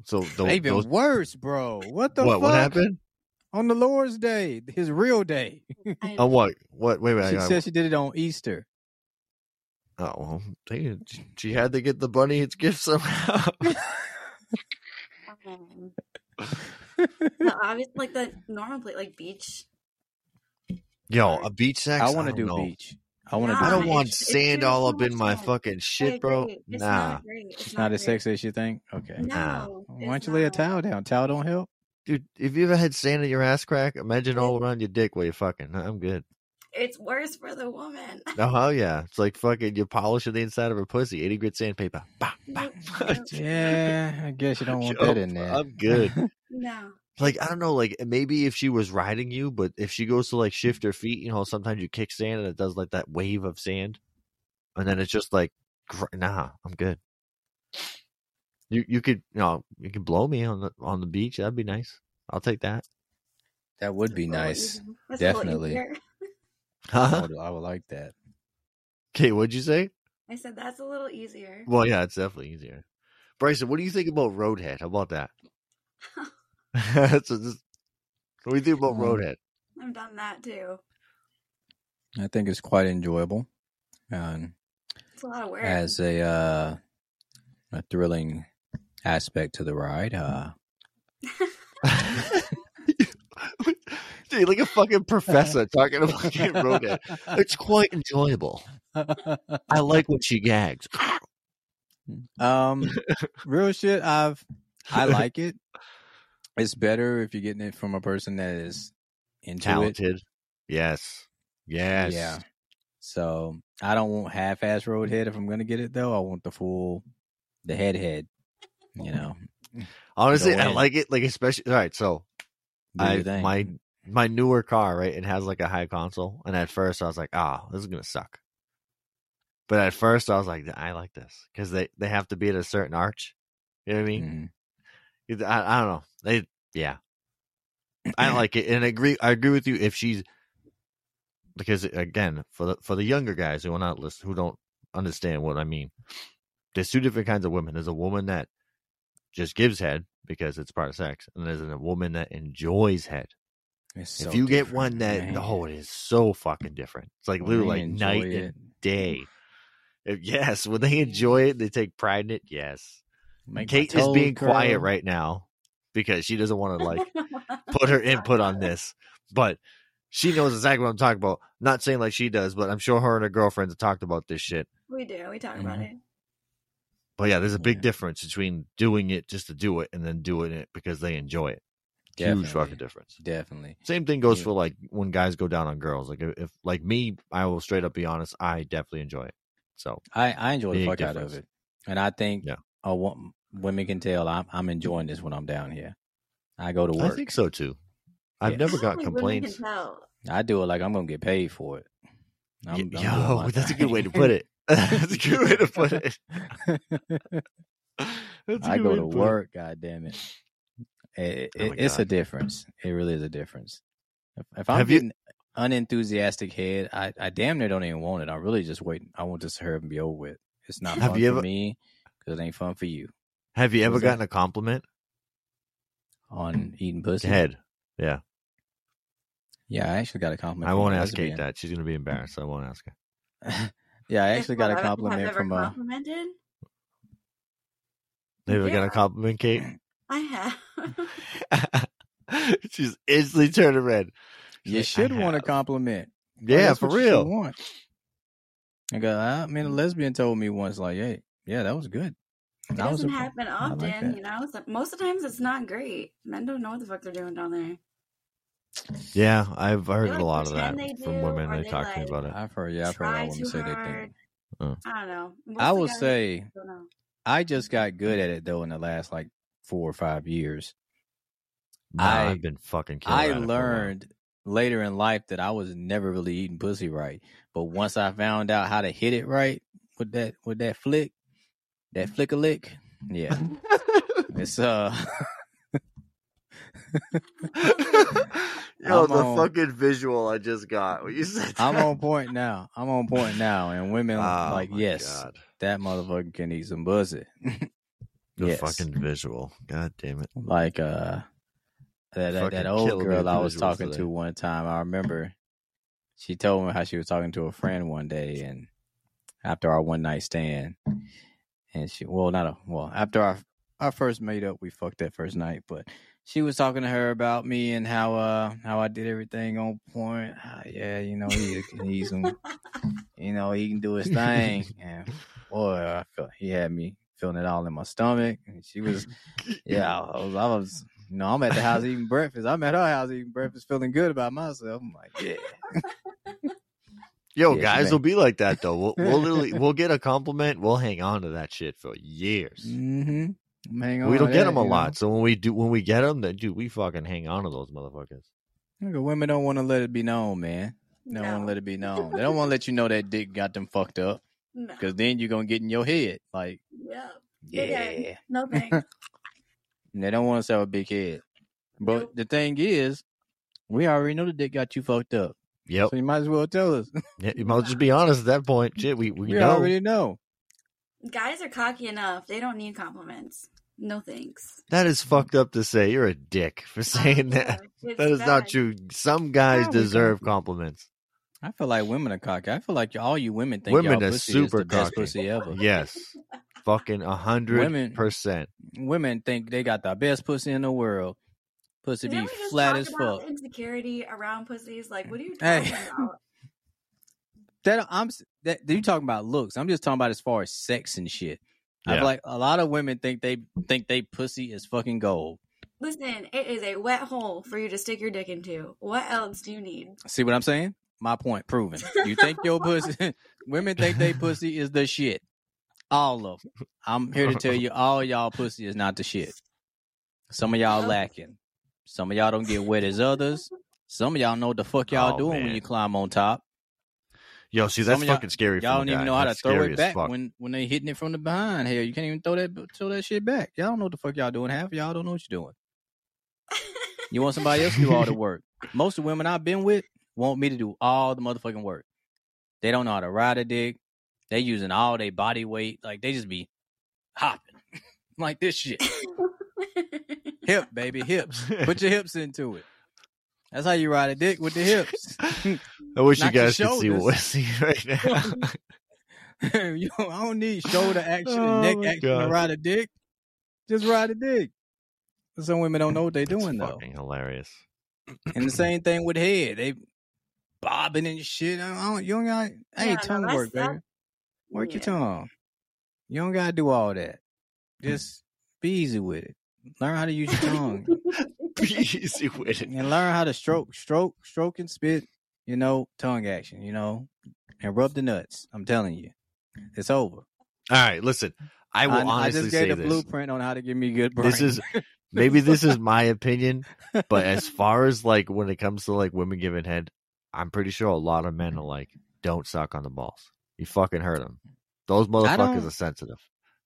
C: So those,
B: Even
C: those-
B: worse, bro. What the
C: what?
B: fuck?
C: What happened?
B: on the Lord's Day, his real day?
D: I-
C: On Oh, what? What? Wait, wait.
B: she
C: I- I-
B: said she did it on Easter.
C: Oh well, they, she had to get the bunny its gift somehow.
D: um, no, obviously, like the normal place, like beach.
C: Yo, a beach sex.
B: I want to
C: don't
B: do
C: know.
B: beach. I want to
D: Nah,
B: do.
C: I don't
B: beach.
C: want
D: It's- it's
C: sand
D: too-
C: all
D: too
C: up in
D: much
C: my
D: fun.
C: fucking
D: I
C: shit, bro.
D: agree. It's
C: Nah,
D: not great. It's,
B: It's not as
D: great.
B: sexy as you think. Okay.
D: No.
B: Why don't
D: it's
B: you lay a
D: not.
B: towel down? Towel don't help.
C: dude. If you ever had sand in your ass crack, imagine all around your dick while you're fucking. Nah, I'm good.
D: It's worse for the woman.
C: Oh hell yeah, it's like fucking you're polishing the inside of a pussy. Eighty grit sandpaper. Bah, bah.
B: Yeah, I guess you don't want
C: Yo,
B: that in there.
C: I'm good.
D: no.
C: like I don't know, like maybe if she was riding you, but if she goes to like
B: Mm.
C: shift her feet, you know, sometimes you kick sand and it does like that wave of sand, and then it's just like, gr- nah, I'm good. You you could you know you can blow me on the on the beach. That'd be nice. I'll take that.
B: that would be
D: It's a little
B: nice.
D: easier. It's a little
B: Definitely.
D: easier.
B: I
C: Huh?
B: would, I would like that.
C: Okay, what'd you say?
D: I said that's a little easier.
C: Well, yeah, it's definitely easier. Bryson, what do you think about Roadhead? How about that? That's a- this- what do you think about
B: Um,
C: Roadhead?
D: I've done that too.
B: I think it's quite enjoyable, and
D: It's a lot of work.
B: as a uh, a thrilling aspect to the ride. Uh,
C: Dude, like a fucking
B: Uh.
C: professor talking about fucking Roadhead. It's quite enjoyable. I like when she gags.
B: um, real shit. I've I like it. It's better if you're getting it from a person that is into it.
C: Talented. Yes. Yes.
B: Yeah. So I don't want half ass roadhead. If I'm gonna get it though, I want the full, the head head. You know,
C: Honestly,
B: Go
C: I
B: in.
C: like it. Like especially. All right. So
B: do
C: I
B: your thing. Mm-hmm.
C: my my newer car right. It has like a high console, and at first I was like, ah, this is gonna suck. But at first I was like, I like this because they they have to be at a certain arch. You know what I mean?
B: Mhm.
C: It- I, I don't know. They, yeah, I like it, and I agree. I agree with you if she's because again, for the for the younger guys who are not listen, who don't understand what I mean, there's two different kinds of women. There's a woman that just gives head because it's part of sex, and there's a woman that enjoys head.
B: It's so
C: if you get
B: different,
C: one that,
B: man.
C: oh, it is so fucking different. It's like
B: Women
C: literally like night
B: enjoy
C: and
B: it.
C: day. If- yes, when they enjoy it, they take pride in it. Yes.
B: Make my
C: Kate is
B: toes
C: being quiet
B: curl.
C: right now because she doesn't want to like put her input on this, but she knows exactly what I'm talking about. Not saying like she does, but I'm sure her and her girlfriends have talked about this shit.
D: we do. We talk about
B: Mhm.
D: it.
C: But yeah, there's a big
B: Yeah.
C: difference between doing it just to do it and then doing it because they enjoy it. Huge fucking difference.
B: Definitely.
C: Same thing goes
B: Yeah.
C: for like when guys go down on girls. Like if like me, I will straight up be honest. I definitely enjoy it. So
B: I, I enjoy the
C: Big
B: fuck out
C: difference.
B: of it. And I think
C: Yeah.
B: a wo- women can tell I'm, I'm enjoying this when I'm down here. I go to work.
C: I think so too. I've
B: Yeah.
C: never
D: I don't
C: got
D: think women
C: complaints.
D: Can tell.
B: I do it like I'm gonna get paid for it.
C: Y-
B: I'm- I'm doing
C: Yo,
B: my
C: that's a
B: thing.
C: good way to put it. that's a good way to put it. That's a
B: I
C: good
B: go
C: way
B: to
C: put it.
B: work. God damn it! It-
C: Oh
B: it-
C: my
B: it's
C: God.
B: a difference. It really is a difference. If, if I'm
C: Have you-
B: getting unenthusiastic head, I, I damn near don't even want it. I really just wait. I want this to hurry up and be over with. It's not
C: Have
B: fun
C: you
B: for
C: ever-
B: me because it ain't fun for you
C: Have you ever
B: What's that?
C: gotten a compliment?
B: on eating pussy.
C: Head.
B: Yeah, I actually got a Mm-hmm. compliment.
C: I
B: from
C: won't
B: my
C: ask Kate
B: lesbian.
C: that. She's gonna be embarrassed. I won't ask her.
B: yeah, I
D: If
B: actually got a
D: I've ever-
B: compliment
D: I've ever
B: from uh, a.
D: complimented.
C: Have you ever got
D: Yeah.
C: a compliment, Kate?
D: I have.
C: She's instantly turning red. She's
B: You
C: like, I
B: should want a
C: have.
B: compliment. Like,
C: Yeah,
B: that's
C: for
B: what you should
C: real. Mm.
B: want. I go. I mean, a lesbian told me once, like, "Hey, yeah, that was good."
D: It
B: I was
D: doesn't
B: surpri-
D: happen
B: I
D: often,
B: like that.
D: you know. So most of the times, it's not great. Men don't know what the fuck they're doing down there.
C: Yeah, I've heard
D: like,
C: a lot of that
D: pretend they
C: from
D: do,
C: women.
D: or
C: They
D: they,
C: talk to me
D: like,
C: about it.
B: I've heard, yeah, I've heard
D: Try
B: all women
D: too
B: say they
D: hard.
B: think. Uh.
C: Oh.
D: I don't know. Most
B: I
D: of the
B: will
D: guys
B: say,
D: don't know.
B: I just got good at it though in the last like four or five years.
C: I,
B: I-
C: have been fucking. killed
B: I
C: at it for a while.
B: learned later in life that I was never really eating pussy right. But once I found out how to hit it right with that with that flick, that flick a lick, yeah, it's uh.
C: Yo,
B: I'm
C: the
B: on-
C: fucking visual I just got. What you said?
B: I'm
C: that-
B: on point now. I'm on point now, and women
C: Oh
B: like
C: my
B: yes,
C: God.
B: that motherfucker can eat some pussy.
C: The
B: Yes.
C: fucking visual. God damn it.
B: like uh that that,
C: Fucking
B: that old
C: killed me with
B: girl I
C: the
B: was
C: visuals
B: talking
C: today.
B: to one time. I remember she told me how she was talking to a friend one day, and after our one night stand, and she well not a well after our our first made up, we fucked that first night, but she was talking to her about me and how uh how I did everything on point. Ah, yeah, you know he can he's some, you know he can do his thing, and boy, I felt he had me feeling it all in my stomach, and she was yeah, I was, I was, you know, I'm at the house eating breakfast. I'm at her house eating breakfast, feeling good about myself. I'm like, yeah,
C: Yo,
B: Yeah, she
C: guys
B: made-
C: will be like that though. We'll, we'll literally we'll get a compliment. We'll hang on to that shit for years.
B: mm-hmm. I'm hanging on
C: we don't
B: to
C: get
B: that,
C: them a
B: you know?
C: lot, so when we do, when we get them, then dude, we fucking hang on to those motherfuckers.
B: Nigga, women don't want to let it be known, man. They don't want
D: No,
B: to let it be known. They don't want to let you know that dick got them fucked up
D: no,
B: because then you're going to get in your head. Like,
D: yeah,
B: yeah.
D: Okay. no thanks.
B: And they don't want us to have a big head. But
D: Nope.
B: the thing is, we already know the dick got you fucked up.
C: Yep,
B: So you might as well tell us.
C: Yeah, you might as well just be honest at that point. Shit, we we,
B: We,
C: know.
B: already know.
D: guys are cocky enough. They don't need compliments. No thanks.
C: That is fucked up to say. You're a dick for saying that.
D: It's
C: That is not
D: bad.
C: true. Some guys
B: How we
C: deserve
B: cocky?
C: compliments.
B: I feel like women are cocky. I feel like y- all you women think
C: Women
B: y'all
C: are
B: pussy is
C: super
B: the best
C: cocky.
B: pussy ever.
C: Yes, fucking a
B: Women-
C: hundred percent.
B: Women think they got the best pussy in the world. Pussy
D: Didn't
B: be
D: we just
B: flat
D: talk
B: as
D: about
B: fuck.
D: Insecurity around pussies. Like, what are you
B: Hey.
D: talking about?
B: That I'm s- that you talking about looks. I'm just talking about as far as sex and shit. I
C: Yeah.
B: feel like a lot of women think they think they pussy is fucking gold.
D: Listen, it is a wet hole for you to stick your dick into. What else do you need?
B: See what I'm saying? My point proven. You think your pussy women think they pussy is the shit. All of 'em. I'm here to tell you all y'all pussy is not the shit. Some of y'all
D: Nope.
B: lacking. Some of y'all don't get wet as others. Some of y'all know what the fuck y'all
C: Oh,
B: doing when
C: man.
B: you climb on top.
C: Yo, see,
B: Some
C: that's
B: of y'all-
C: fucking scary. for
B: Y'all
C: a
B: don't even
C: guy.
B: know how to
C: That's
B: throw
C: scary
B: it
C: as
B: back
C: fuck.
B: when when they hitting it from the behind. Hell, you can't even throw that throw that shit back. Y'all don't know what the fuck y'all doing. Half of y'all don't know what you're doing. You want somebody else to do all the work. Most of the women I've been with want me to do all the motherfucking work. They don't know how to ride a dick. They using all their body weight. Like they just be hopping like this shit. Hip baby, hips. Put your hips into it. That's how you ride a dick with the hips.
C: I wish you
B: Knock your
C: guys could see
B: shoulders.
C: what we're seeing right now.
B: you know, I don't need shoulder action and
C: Oh,
B: neck
C: my
B: action to
C: God.
B: ride a dick. Just ride a dick. Some women don't know what they're
C: That's
B: doing though.
C: fucking hilarious.
B: And the same thing with head. They bobbing and shit. I don't, you don't got. Hey,
D: Yeah, no,
B: tongue
D: that's-
B: work,
D: that-
B: baby. Work your
D: Yeah.
B: tongue. You don't gotta do all that.
C: Hmm.
B: Just be easy with it. Learn how to use your tongue
C: Be easy with it.
B: and learn how to stroke, stroke, stroke and spit. You know, tongue action. You know, and rub the nuts. I'm telling you, it's over.
C: All right, listen. I will honestly
B: just
C: say
B: gave the
C: this.
B: blueprint on how to give me good brain.
C: This is maybe this is my opinion, but as far as like when it comes to like women giving head, I'm pretty sure a lot of men are like, don't suck on the balls. You fucking hurt them. Those
B: don't-
C: motherfuckers are sensitive.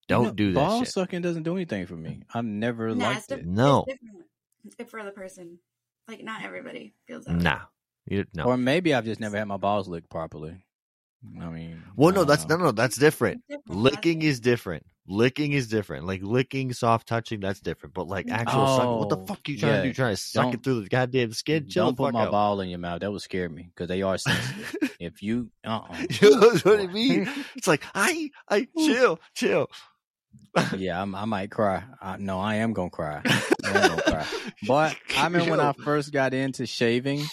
C: Don't
B: No,
C: do that
B: Ball
C: shit.
B: sucking doesn't do anything for me. I've never
D: Nah, it's
B: liked it.
D: different.
C: No,
D: It's different. It's good for the person. Like not everybody feels that. way.
C: nah, you, no.
B: Or maybe I've just never had my balls licked properly. I mean,
C: well,
B: I
C: no,
B: don't
C: that's
B: know.
C: no, no, that's different.
D: It's different.
C: Licking is different. Licking is different. Like licking, soft touching, that's different. But like actual sucking, what
B: Oh,
C: the fuck you trying
B: yeah.
C: to do? Trying to suck
B: Don't-
C: it through the goddamn skin? Chill
B: Don't
C: the
B: put
C: fuck
B: my
C: out.
B: ball in your mouth. That would scare me because they are sensitive. if you, uh, uh
C: You know what I mean? It's like I, I chill, chill.
B: yeah, I'm, I might cry. I, no, I am gonna cry. I am gonna cry. But I remember when I first got into shaving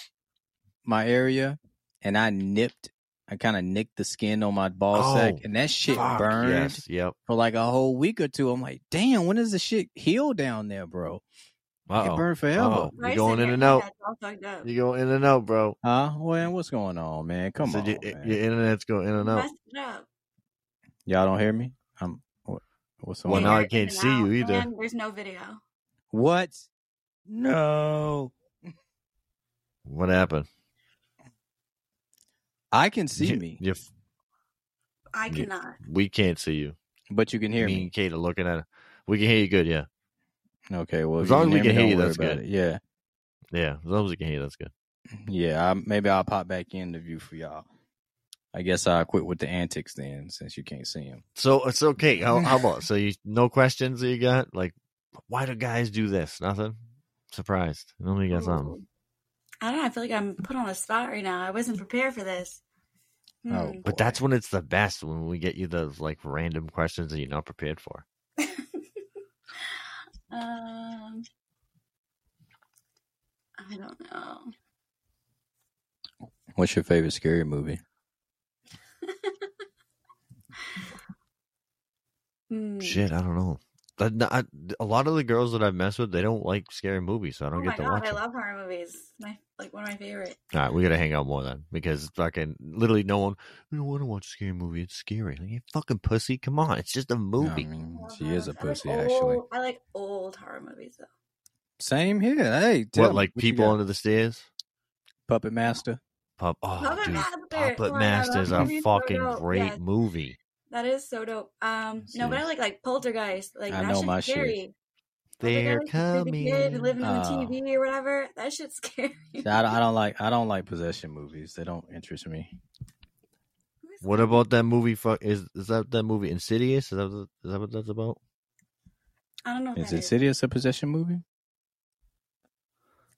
B: my area, and I nipped. I kind of nicked the skin on my ball sack,
C: Oh,
B: and that shit
C: Fuck,
B: burned.
C: Yes, yep.
B: for like a whole week or two. I'm like, damn, when does the shit heal down there, bro? It
C: Uh-oh.
B: burned forever.
C: Uh-oh. You're
D: Bryson,
C: going in
D: your
C: and out.
D: internet's all fucked up.
C: You go in and out, bro.
B: Huh? Well, what's going on, man? Come
C: So
B: on,
C: your,
B: man.
C: your internet's going in and out.
D: Messed it up.
B: y'all don't hear me. I'm what, what's
C: Well,
B: going
C: now
B: on?
C: I
D: You're
C: can't
D: in and
C: see you
D: out,
C: either.
D: and there's no video.
B: What? No,
C: What happened?
B: I can see
C: You-
B: me,
C: you-
D: I
C: Yeah.
D: cannot.
C: we can't see you.
B: but you can hear
C: me
B: me.
C: and Kate are looking at it. We can hear you good, yeah.
B: Okay, well,
C: As
B: if you
C: long as we can
B: me,
C: hear
B: don't
C: you,
B: worry
C: that's
B: about
C: good.
B: it. Yeah,
C: Yeah. As long as we can hear you, that's good.
B: yeah. I, maybe I'll pop back in the view for y'all. I guess I'll quit with the antics then, since you can't see him.
C: So it's okay. How, how about so you no questions that you got? Like why do guys do this? Nothing? Surprised. Nobody got something.
D: I don't know. I feel like I'm put on a spot right now. I wasn't prepared for this. Hmm.
B: Oh,
C: But that's when it's the best when we get you those like random questions that you're not prepared for.
D: um, I don't know.
B: What's your favorite scary movie?
D: Hmm.
C: Shit, I don't know. But no- I- A lot of the girls that I've messed with, they don't like scary movies, so I
D: Oh
C: don't
D: my
C: get to
D: god,
C: watch
D: I
C: them.
D: love horror movies. It's My like one of my favorite.
C: All right, we gotta hang out more then because fucking literally no one. We don't want to watch a scary movie. It's scary. Like, you fucking pussy. Come on, it's just a movie.
B: I mean,
D: Um, horror
B: she is a
D: movies. I like
B: pussy, actually.
D: old- I like old horror movies though.
B: Same here. Hey, tell
C: what
B: me,
C: like
B: you
C: people
B: got?
C: under the stairs?
B: Puppet Master.
C: Pup. Oh,
D: Puppet
C: dude,
D: Master.
C: Puppet
D: Oh my God,
C: Master is
D: that
C: a
D: movie's so
C: fucking
D: dope.
C: great
D: Yes.
C: movie.
D: That is so dope. Um, no, but I
C: Jeez.
D: like like Poltergeist. Like
B: I
D: that
B: know
D: shit's
B: my shit.
D: scary. Oh
C: They're
D: Poltergeist, the creepy kid
C: coming.
D: living on the
B: Oh.
D: TV or whatever. That shit's scary.
B: See, I, don't- I don't like. I don't like possession movies. They don't interest me.
C: What about that movie? Fuck, is is that that movie Insidious? Is that what- is that what that's about?
D: I don't know. What
B: Is
D: that
B: Insidious a possession movie?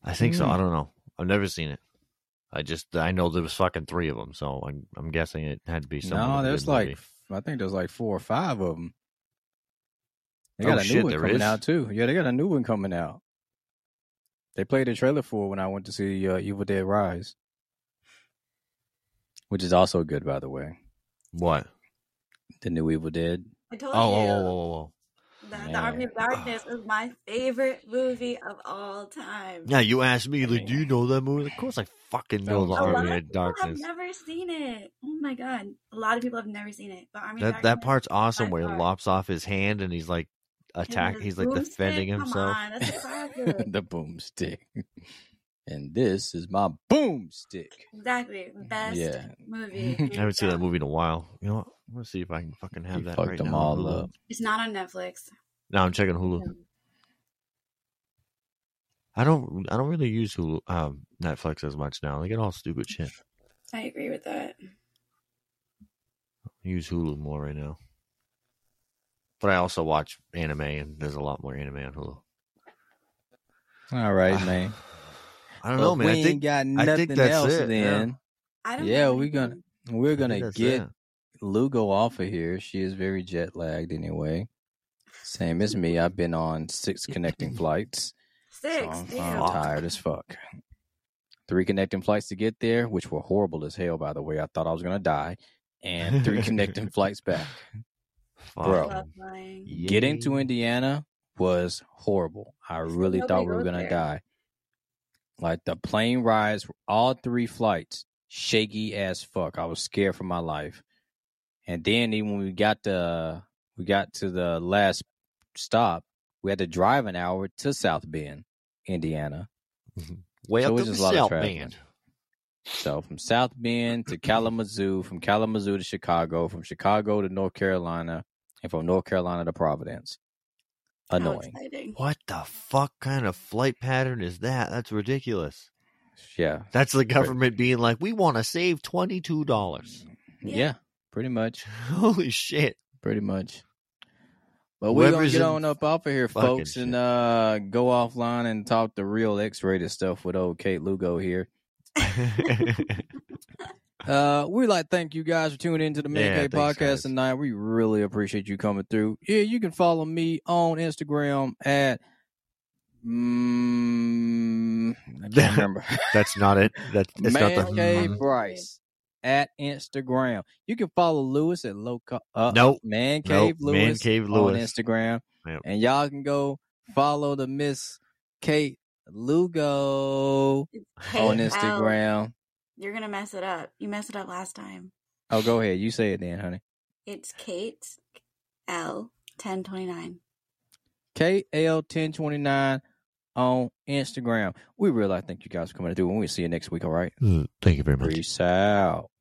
C: I think so.
B: Mm.
C: I don't know. I've never seen it. I just I know there was fucking three of them, so I'm, I'm guessing it had to be some.
B: no, there's like.
C: movie.
B: I think there's like four or five of them. They
C: Oh,
B: got a new
C: shit,
B: one
C: there
B: coming
C: is?
B: out too. Yeah, they got a new one coming out. They played a trailer for it when I went to see uh, Evil Dead Rise, which is also good, by the way.
C: what?
B: The new Evil Dead.
D: I told
C: Oh,
D: you.
C: oh, oh, oh, oh.
D: The, the
B: Man.
D: Army of Darkness is my favorite movie of all time.
C: Yeah, you asked me, like,
B: mean-
C: do you know that movie? Of course, I fucking know the
B: Sounds
D: a lot
C: Army
D: of
C: of
D: people have
C: Darkness.
D: never seen it. Oh my god, a lot of people have never seen it. But Army of
C: That
D: Darkness,
C: that part's awesome,
D: by
C: where he
D: far.
C: lops off his hand and he's like
D: and
C: attack.
B: Mm-hmm.
D: the
C: He's like defending
D: boomstick, Come
C: himself.
D: on, that's a classic.
B: the boomstick. And this is my boomstick.
D: exactly, best
B: Yeah.
D: movie.
B: I
C: I haven't seen that movie in a while. You know what? I'm gonna see if I can fucking have
B: You
C: that.
B: fucked
C: right
B: them
C: now on
B: all
C: Hulu.
B: up.
D: It's not on Netflix.
C: No, I'm checking Hulu. I don't. I don't really use Hulu, um, Netflix as much now. They get all stupid shit.
D: I agree with that.
C: I use Hulu more right now. But I also watch anime, and there's a lot more anime on Hulu.
B: All right, man.
C: I don't know, man.
B: Ah, We
C: I
B: ain't
C: think
B: got
C: I
B: nothing
C: think that's
B: else
C: it, yeah.
B: then.
D: I don't.
B: Yeah,
D: know
B: we gonna-
D: anything.
B: We're
C: I
B: going
C: think
B: to
C: that's
B: get
C: it.
B: Lou go off of here. She is very jet lagged anyway. Same as me. I've been on six connecting flights. So
D: Six.
B: I'm,
D: damn.
B: I'm tired as fuck. Three connecting flights to get there, which were horrible as hell, by the way. I thought I was going to die. And three connecting flights back. Bro.
D: Love flying.
B: Getting to Indiana was horrible. I
D: Still
B: really thought
D: nobody
B: we were
D: goes
B: going to
D: there.
B: die. Like the plane rides, all three flights, shaky as fuck. I was scared for my life. And then even when we got the we got to the last stop, we had to drive an hour to South Bend, Indiana.
C: Way
B: So it's
C: up to the
B: just a lot of
C: South
B: traveling.
C: Bend.
B: So from South Bend to Kalamazoo, from Kalamazoo to Chicago, from Chicago to North Carolina, and from North Carolina to Providence.
D: How
B: Annoying.
D: exciting.
C: What the
E: Fuck kind of flight pattern is that? That's ridiculous.
B: Yeah.
C: That's the government being like, we want to save twenty two dollars.
B: yeah.
D: Yeah.
B: Pretty much.
C: Holy shit!
B: Pretty much. But we're gonna
C: Whoever's
B: get
C: in
B: on up off of here,
C: fucking
B: folks, and
C: shit.
B: uh go offline and talk the real X rated stuff with old Kate Lugo here. Uh we like thank you guys for tuning into the Man
C: Yeah,
B: Cave
C: thanks,
B: podcast
C: guys.
B: tonight. We really appreciate you coming through. Yeah, you can follow me on Instagram at mm, I can't remember.
C: That's not it. That's it's
B: Man
C: not
B: Cave
C: the. Mm-hmm.
B: Bryce at Instagram. You can follow Lewis at loco uh,
C: Nope.
B: Man
C: Nope.
B: Cave Lewis
C: Man Cave
B: on
C: Lewis.
B: Instagram.
C: Yep.
B: And y'all can go follow the Miss Kate Lugo
D: Hey,
B: on
D: Al,
B: Instagram.
D: You're gonna mess it up. You messed it up last time.
B: Oh, go ahead. You say it then, honey.
D: It's Kate L ten twenty nine.
B: KL1029 on
C: Mm,
B: Instagram. We really thank you guys for coming through and we'll see you next week, all right?
E: Thank you very much.
B: Peace out.